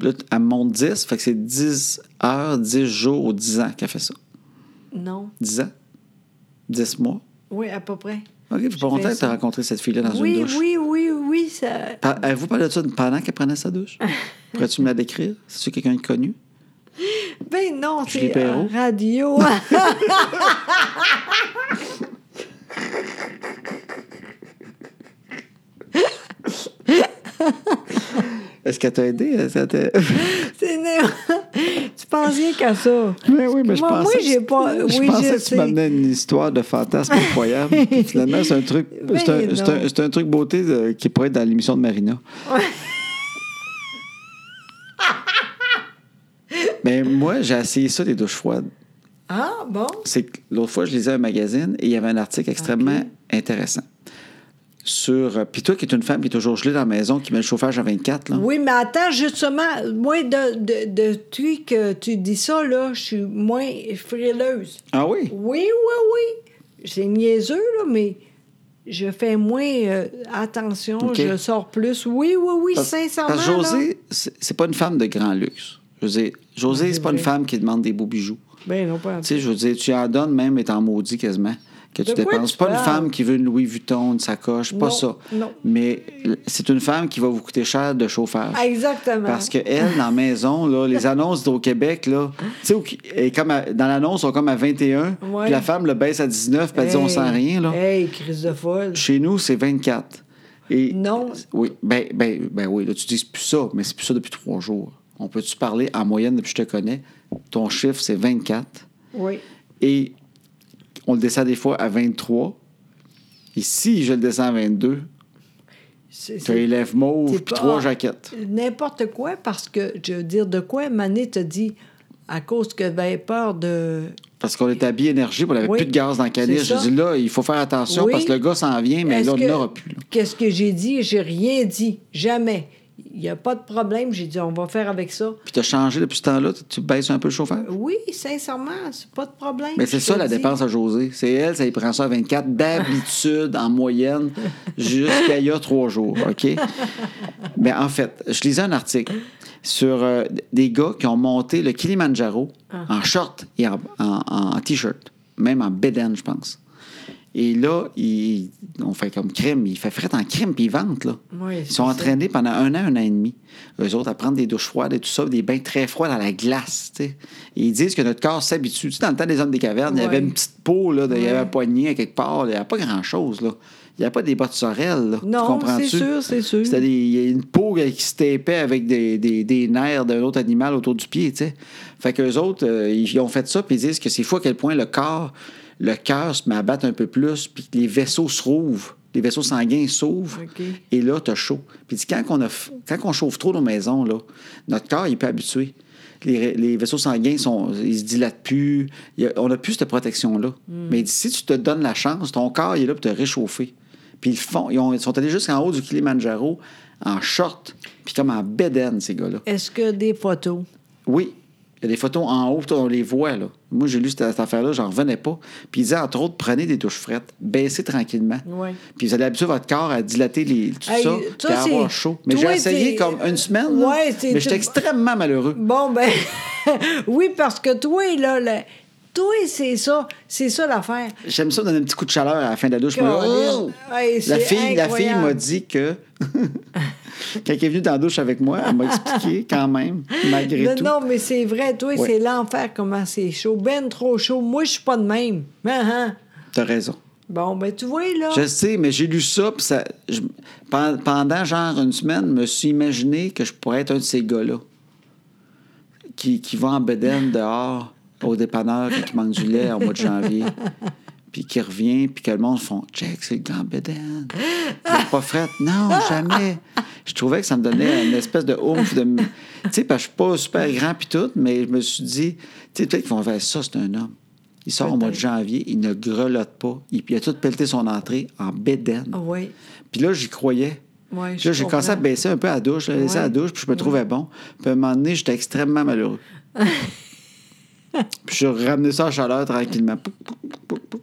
Speaker 1: Là, t- elle me montre 10, fait que c'est 10 heures, 10 jours ou 10 ans qu'elle fait ça.
Speaker 2: Non.
Speaker 1: 10 ans? 10 mois?
Speaker 2: Oui, à peu près.
Speaker 1: OK, puis pas
Speaker 2: Je fais
Speaker 1: longtemps que tu
Speaker 2: ça.
Speaker 1: as rencontré cette fille-là dans une
Speaker 2: Oui,
Speaker 1: douche.
Speaker 2: oui, oui, oui. Ça...
Speaker 1: Pa- Avez-vous parlé de ça pendant qu'elle prenait sa douche? Pourrais-tu me la décrire? C'est-tu quelqu'un de connu?
Speaker 2: Ben non,
Speaker 1: Julie
Speaker 2: c'est en
Speaker 1: Perrault.
Speaker 2: radio.
Speaker 1: Est-ce qu'elle t'a aidé? Est-ce qu'elle t'a-
Speaker 2: C'est né- tu penses rien qu'à ça.
Speaker 1: Mais oui, mais je
Speaker 2: Moi-
Speaker 1: pensais,
Speaker 2: moi,
Speaker 1: que-
Speaker 2: j'ai pas-
Speaker 1: je
Speaker 2: oui,
Speaker 1: pensais
Speaker 2: je
Speaker 1: que tu
Speaker 2: sais.
Speaker 1: m'amenais une histoire de fantasme incroyable. Finalement, c'est un truc,
Speaker 2: Ben
Speaker 1: c'est un,
Speaker 2: non.
Speaker 1: c'est un- c'est un truc beauté euh, qui pourrait être dans l'émission de Marina. Mais moi, j'ai essayé ça, les douches froides.
Speaker 2: Ah, bon?
Speaker 1: c'est que l'autre fois, je lisais un magazine et il y avait un article extrêmement intéressant sur. euh, Puis toi, qui es une femme qui est toujours gelée dans la maison, qui met le chauffage à 24, là.
Speaker 2: Oui, mais attends, justement, moi, de, de, de- depuis que tu dis ça, là, je suis moins frileuse.
Speaker 1: Ah oui?
Speaker 2: Oui, oui, oui. C'est niaiseux, là, mais je fais moins euh, attention,
Speaker 1: OK.
Speaker 2: je sors plus. Oui, oui, oui,
Speaker 1: Parce-
Speaker 2: sincèrement.
Speaker 1: Parce que
Speaker 2: là.
Speaker 1: José, c'est c'est pas une femme de grand luxe. Je veux dire, José, c'est pas une femme qui demande des beaux bijoux.
Speaker 2: Ben non, pas en
Speaker 1: Tu sais, je veux dire, tu en donnes même étant maudit quasiment que tu
Speaker 2: De quoi
Speaker 1: dépenses.
Speaker 2: tu
Speaker 1: Pas une
Speaker 2: parles?
Speaker 1: femme qui veut une Louis Vuitton, une sacoche, pas
Speaker 2: Non,
Speaker 1: ça.
Speaker 2: non.
Speaker 1: Mais l- c'est une femme qui va vous coûter cher de chauffage.
Speaker 2: Ah, Exactement.
Speaker 1: Parce que elle, dans la maison, là, les annonces d'au Québec, là, tu sais, au- et comme à- dans l'annonce, on est comme à 21,
Speaker 2: Ouais.
Speaker 1: puis la femme le baisse à 19, puis elle dit on sent rien. Là.
Speaker 2: Hey, crise de folle.
Speaker 1: Chez nous, c'est 24. Et
Speaker 2: Non.
Speaker 1: Oui, ben, ben, ben oui, là, tu dis c'est plus ça, mais c'est plus ça depuis trois jours. On peut-tu parler en moyenne depuis que je te connais? Ton chiffre, c'est 24.
Speaker 2: Oui.
Speaker 1: Et on le descend des fois à 23. Et si je le descends à 22,
Speaker 2: C'est-
Speaker 1: tu as les
Speaker 2: c'est
Speaker 1: lèvres mauves,
Speaker 2: c'est
Speaker 1: puis
Speaker 2: pas-
Speaker 1: trois jaquettes.
Speaker 2: N'importe quoi, parce que, je veux dire, de quoi Mané te dit, à cause que j'avais peur de...
Speaker 1: Parce qu'on était habillé énergie, puis on n'avait
Speaker 2: Oui,
Speaker 1: plus de gaz dans le caniche.
Speaker 2: c'est
Speaker 1: Je
Speaker 2: ça.
Speaker 1: dis là, il faut faire attention
Speaker 2: Oui.
Speaker 1: parce que le gars s'en vient, mais
Speaker 2: Est-ce
Speaker 1: là, on
Speaker 2: que-
Speaker 1: n'aura plus. là.
Speaker 2: Qu'est-ce que j'ai dit? J'ai rien dit. Jamais. Il n'y a pas de problème. J'ai dit, on va faire avec ça.
Speaker 1: Puis tu as changé depuis ce temps-là, tu- tu baisses un peu le chauffeur.
Speaker 2: Oui, sincèrement, c'est pas de problème.
Speaker 1: Mais c'est
Speaker 2: Je
Speaker 1: ça
Speaker 2: te
Speaker 1: la
Speaker 2: dis.
Speaker 1: dépense à José. C'est elle, ça y prend ça à 24 d'habitude en moyenne jusqu'à il y a trois jours, OK? Mais en fait, je lisais un article sur euh, des gars qui ont monté le Kilimanjaro
Speaker 2: Ah.
Speaker 1: en short et en, en- en t-shirt, même en bedaine, je pense. Et là, ils- on fait comme crème, il fait fret en crème, puis ils vendent, là.
Speaker 2: Oui,
Speaker 1: ils
Speaker 2: c'est
Speaker 1: sont
Speaker 2: ça.
Speaker 1: entraînés pendant un an, un an et demi. Eux autres, à prendre des douches froides et tout ça, des bains très froids dans la glace, tu sais. Et ils disent que notre corps s'habitue. Tu sais, dans le temps des hommes des cavernes, il y avait
Speaker 2: Ouais.
Speaker 1: une petite peau, là, de- il y avait un poignet à quelque part, là, il n'y avait pas grand-chose, là. Il n'y avait pas des bottes sorel, là. tu
Speaker 2: Non,
Speaker 1: comprends-tu?
Speaker 2: c'est sûr, c'est sûr.
Speaker 1: C'était des- il y a une peau qui se tapait avec des, des- des nerfs d'un autre animal autour du pied, tu sais. Fait qu'eux autres, euh, ils ont fait ça, puis ils disent que c'est fou à quel point le corps, le cœur se met à battre un peu plus, puis que les vaisseaux se rouvrent, les vaisseaux sanguins s'ouvrent,
Speaker 2: OK.
Speaker 1: et là, t'as chaud. Puis il dit, quand on, a, f- quand on chauffe trop nos maisons, là, notre corps, il est pas habitué. Les, ra- les vaisseaux sanguins, sont, ils se dilatent plus. Il y a- on n'a plus cette protection-là. Mais il dit, si tu te donnes la chance, ton corps, il est là pour te réchauffer. Puis ils, le font, ils, ont- ils sont allés jusqu'en haut du Kilimanjaro en short, puis comme en bedaine, ces gars-là.
Speaker 2: Est-ce que des photos?
Speaker 1: Oui. Il y a des photos en haut, puis on les voit, là. Moi, j'ai lu cette, cette affaire-là, j'en revenais pas. Puis il disait, entre autres, prenez des douches frettes, baissez tranquillement.
Speaker 2: Ouais.
Speaker 1: Puis vous allez habituer votre corps à dilater les, tout
Speaker 2: Hey,
Speaker 1: ça,
Speaker 2: ça,
Speaker 1: puis à avoir
Speaker 2: c'est-
Speaker 1: chaud. Mais j'ai
Speaker 2: toi,
Speaker 1: essayé
Speaker 2: t'es-
Speaker 1: comme une semaine, là,
Speaker 2: Ouais, c'est-
Speaker 1: mais j'étais
Speaker 2: tu-
Speaker 1: extrêmement malheureux.
Speaker 2: Bon, ben, oui, parce que toi, là, le- toi, c'est ça, c'est ça l'affaire.
Speaker 1: J'aime ça donner un petit coup de chaleur à la fin de la douche. Je me dis,
Speaker 2: Caroline.
Speaker 1: Oh!
Speaker 2: Hey,
Speaker 1: la
Speaker 2: c'est
Speaker 1: fille, la fille
Speaker 2: incroyable.
Speaker 1: m'a dit que quand elle est venue dans la douche avec moi, elle m'a expliqué quand même, malgré
Speaker 2: Non,
Speaker 1: tout.
Speaker 2: non, mais c'est vrai, toi,
Speaker 1: Ouais.
Speaker 2: c'est l'enfer comment c'est chaud. Ben trop chaud. Moi, je suis pas de même. Hein, hein.
Speaker 1: T'as raison.
Speaker 2: Bon, ben tu vois, là.
Speaker 1: Je sais, mais j'ai lu ça, puis ça, je- pen- pendant genre une semaine, je me suis imaginé que je pourrais être un de ces gars-là qui, qui va en bedaine dehors au dépanneur quand il manque du lait au mois de janvier, puis qui revient, puis que le monde font « Jack, c'est le gars en bedaine. Il est pas fret. » Non, jamais. Je trouvais que ça me donnait une espèce de oomph de... m- Tu sais, parce que je suis pas super grand puis tout, mais je me suis dit, tu sais, peut-être qu'ils vont faire ça, c'est un homme. Il sort au mois de janvier, il ne grelotte pas. Il, il a tout pelleté son entrée en bédaine.
Speaker 2: Ah, oui.
Speaker 1: Puis là, j'y croyais.
Speaker 2: Ouais,
Speaker 1: Puis
Speaker 2: je
Speaker 1: là, j'ai commencé à
Speaker 2: comprends.
Speaker 1: baisser un peu à la douche, là, laisser à la
Speaker 2: Ouais.
Speaker 1: douche, puis je me trouvais bon. Puis à un moment donné, j'étais extrêmement malheureux. puis je ramenais ça à la chaleur tranquillement. Pouc, pouc.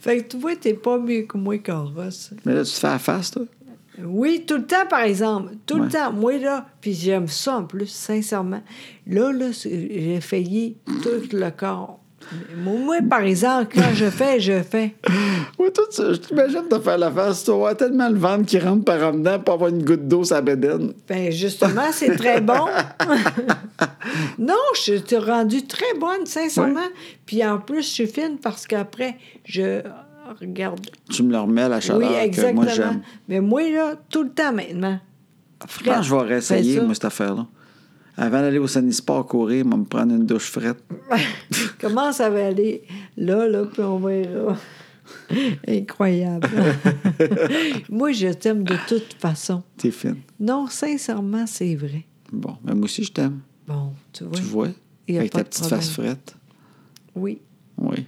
Speaker 2: Fait que tu vois, t'es pas mieux que moi, Carrosse.
Speaker 1: Mais là, tu te fais à la face, toi.
Speaker 2: Oui, tout le temps, par exemple. Tout
Speaker 1: Ouais.
Speaker 2: le temps. Moi, là, puis j'aime ça en plus, sincèrement. Là, là, c'est- j'ai failli tout le corps. Moi, moi, par exemple, quand je fais, je fais.
Speaker 1: Ouais, toi, tu, je t'imagine te faire la face. Tu vas avoir tellement le ventre qui rentre par en dedans pour avoir une goutte d'eau sur la bédaine.
Speaker 2: Ben justement, c'est très bon. non, je suis rendue très bonne, sincèrement. Puis en plus, je suis fine parce qu'après, je regarde.
Speaker 1: Tu me le remets à la
Speaker 2: oui,
Speaker 1: chaleur que
Speaker 2: exactement.
Speaker 1: moi, j'aime.
Speaker 2: Mais moi, là, tout le temps maintenant.
Speaker 1: Je pense que je vais réessayer,
Speaker 2: fais ça.
Speaker 1: moi, cette affaire-là. Avant d'aller au Sanisport courir, moi, me prendre une douche frette.
Speaker 2: Comment ça va aller? Là, là, puis on verra. Incroyable. Moi, je t'aime de toute façon.
Speaker 1: T'es fine.
Speaker 2: Non, sincèrement, c'est vrai.
Speaker 1: Bon, ben, moi aussi, je t'aime.
Speaker 2: Bon, tu vois.
Speaker 1: Tu vois?
Speaker 2: Il y a
Speaker 1: Avec
Speaker 2: pas
Speaker 1: ta
Speaker 2: de
Speaker 1: petite face frette.
Speaker 2: Oui.
Speaker 1: Oui.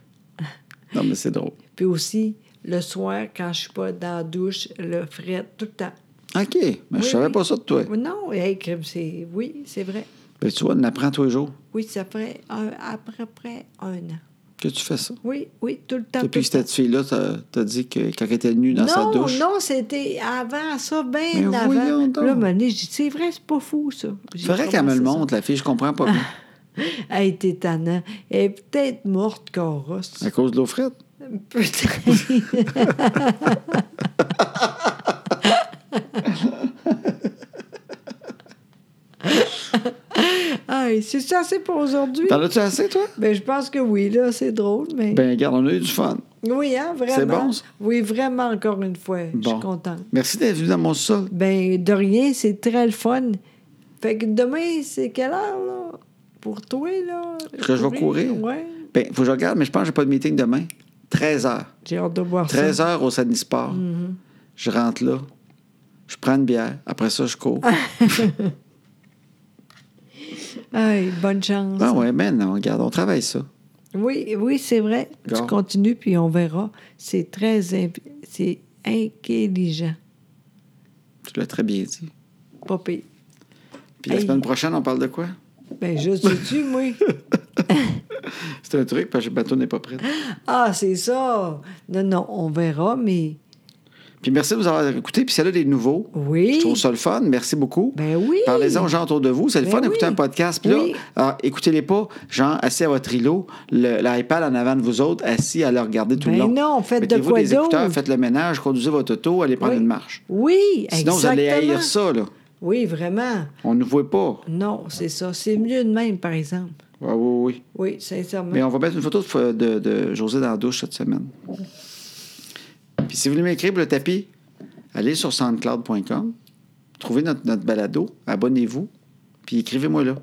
Speaker 1: Non, mais c'est drôle.
Speaker 2: Puis aussi, le soir, quand je suis pas dans la douche, le fret, tout le temps.
Speaker 1: OK, mais je
Speaker 2: Oui,
Speaker 1: savais
Speaker 2: oui.
Speaker 1: pas ça de toi.
Speaker 2: Mais Non, hey, crime, c'est... Oui, c'est vrai.
Speaker 1: Ben, tu vois, on apprend tous les jours
Speaker 2: Oui, ça fait un, à peu près un an.
Speaker 1: que tu fais ça.
Speaker 2: Oui, oui, tout le temps.
Speaker 1: Depuis que
Speaker 2: tout le
Speaker 1: cette fille-là t'a t'a dit que quand elle était nue dans sa
Speaker 2: non,
Speaker 1: douche.
Speaker 2: non, c'était avant ça, bien
Speaker 1: Mais voyons
Speaker 2: avant.
Speaker 1: donc.
Speaker 2: Là, Mané, je dis, c'est vrai, c'est pas fou, ça.
Speaker 1: C'est
Speaker 2: J'ai
Speaker 1: vrai qu'elle me le
Speaker 2: commencé ça.
Speaker 1: montre, la fille, je comprends pas bien.
Speaker 2: Elle était tannant. Elle est peut-être morte, Coros.
Speaker 1: À cause de l'eau frette.
Speaker 2: Peut-être. ah, et c'est ça, c'est pour aujourd'hui.
Speaker 1: T'en as-tu assez, toi?
Speaker 2: Ben, je pense que oui, là, c'est drôle, mais.
Speaker 1: Ben, regarde, on a eu du fun.
Speaker 2: oui, hein, vraiment.
Speaker 1: c'est bon, ça?
Speaker 2: Oui, vraiment, encore une fois. Je
Speaker 1: Bon.
Speaker 2: suis contente.
Speaker 1: Merci d'être venu dans mon sol.
Speaker 2: Ben, de rien, c'est très le fun. Fait que demain, c'est quelle heure, là? Pour toi, là?
Speaker 1: Que je vais courir?
Speaker 2: Ouais.
Speaker 1: Ben, faut que je regarde, mais je pense que j'ai pas de meeting demain. 13 h
Speaker 2: J'ai hâte de voir ça. Mm-hmm.
Speaker 1: 13 h au Saguenay Sport. Je rentre là. Je prends une bière. Après ça, je cours.
Speaker 2: Aïe, bonne chance.
Speaker 1: ah ouais, mais non, regarde, on travaille ça.
Speaker 2: Oui, oui, c'est vrai.
Speaker 1: Gare.
Speaker 2: Tu continues, puis on verra. C'est très... imp- C'est intelligent.
Speaker 1: Tu l'as très bien dit.
Speaker 2: Pas pire.
Speaker 1: Puis la
Speaker 2: Hey.
Speaker 1: semaine prochaine, on parle de quoi?
Speaker 2: Ben, je sais-tu, moi?
Speaker 1: C'est un truc, parce que le bateau n'est pas prêt.
Speaker 2: Ah, c'est ça! Non, non, on verra, mais...
Speaker 1: Puis merci de nous avoir écoutés. Puis celle-là, des nouveaux.
Speaker 2: Oui.
Speaker 1: Je trouve ça le fun. Merci beaucoup.
Speaker 2: Ben oui.
Speaker 1: Parlez-en aux gens autour de vous. C'est le
Speaker 2: Ben
Speaker 1: fun d'écouter
Speaker 2: oui.
Speaker 1: un podcast. Puis là,
Speaker 2: Oui.
Speaker 1: ah, écoutez-les pas, genre, assis à votre îlot, le- l'iPad en avant de vous autres, assis à le regarder tout le long.
Speaker 2: Ben non, faites de
Speaker 1: Mettez-vous
Speaker 2: quoi
Speaker 1: des écouteurs,
Speaker 2: d'autre?
Speaker 1: faites le ménage, conduisez votre auto, allez prendre
Speaker 2: Oui.
Speaker 1: une marche.
Speaker 2: Oui,
Speaker 1: Sinon, vous allez
Speaker 2: exactement.
Speaker 1: haïr ça, là.
Speaker 2: Oui, vraiment.
Speaker 1: On ne voit pas. Ah
Speaker 2: Non, c'est ça. C'est mieux de même, par exemple.
Speaker 1: Oui, oui, oui.
Speaker 2: Oui, sincèrement.
Speaker 1: Mais on va mettre une photo de, de, de José dans la douche cette semaine. Puis si vous voulez m'écrire pour le tapis, allez sur soundcloud.com, trouvez notre, notre balado, abonnez-vous, puis écrivez-moi là.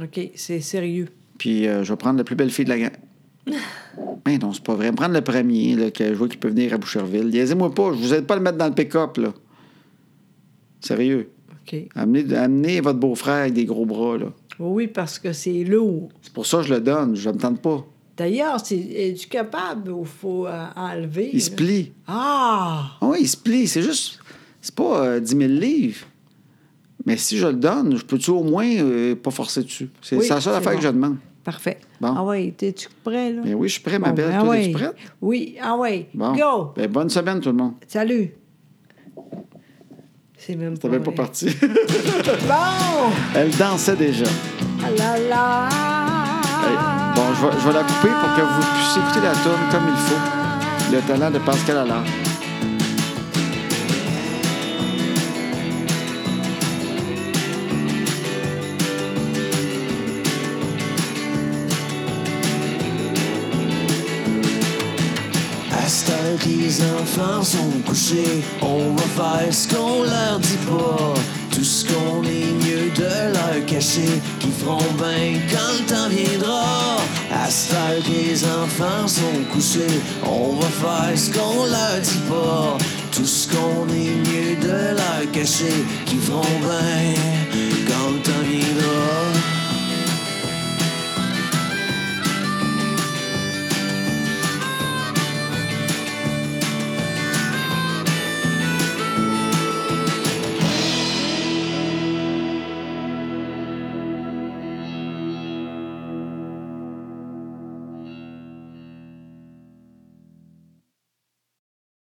Speaker 2: OK, c'est sérieux.
Speaker 1: Puis euh, je vais prendre la plus belle fille de la gang. Mais non, c'est pas vrai. Prendre le premier, là, que je vois qu'il peut venir à Boucherville. Liaisez-moi pas, je vous aide pas à le mettre dans le pick-up, là. Sérieux.
Speaker 2: OK. Oui,
Speaker 1: Amenez, amenez votre beau-frère avec des gros bras, là.
Speaker 2: Oui, parce que c'est lourd.
Speaker 1: C'est pour ça que je le donne, je me tente pas.
Speaker 2: D'ailleurs, c'est- es-tu capable ou faut euh, enlever?
Speaker 1: Il se
Speaker 2: là?
Speaker 1: plie.
Speaker 2: Ah!
Speaker 1: Oui, il se plie. C'est juste. C'est pas euh, 10 000 livres. Mais si je le donne, je peux-tu au moins euh, pas forcer dessus? C'est
Speaker 2: Oui,
Speaker 1: c'est la seule
Speaker 2: c'est
Speaker 1: affaire
Speaker 2: bon.
Speaker 1: que je demande.
Speaker 2: Parfait.
Speaker 1: Bon.
Speaker 2: Ah oui, t'es-tu prêt, là?
Speaker 1: Mais oui, je suis prêt, ma
Speaker 2: Bon,
Speaker 1: belle.
Speaker 2: ben
Speaker 1: Toi,
Speaker 2: ouais.
Speaker 1: es-tu prête?
Speaker 2: Oui, ah oui.
Speaker 1: Bon.
Speaker 2: Go!
Speaker 1: Ben, bonne semaine, tout le monde.
Speaker 2: Salut! C'est même
Speaker 1: T'as
Speaker 2: pas.
Speaker 1: même pas
Speaker 2: vrai.
Speaker 1: parti.
Speaker 2: Bon!
Speaker 1: Elle dansait déjà.
Speaker 2: Ah là là!
Speaker 1: Hey, Bon, je vais, je vais la couper pour que vous puissiez écouter la tourne comme il faut. Le talent de Pascal Allard.
Speaker 3: À cette heure que les enfants sont couchés, on va faire ce qu'on leur dit pas. Tout ce qu'on est mieux de leur cacher, qui feront bien quand le temps viendra. À cette heure que les enfants sont couchés, on va faire ce qu'on leur dit pas. Tout ce qu'on est mieux de leur cacher, qui feront bien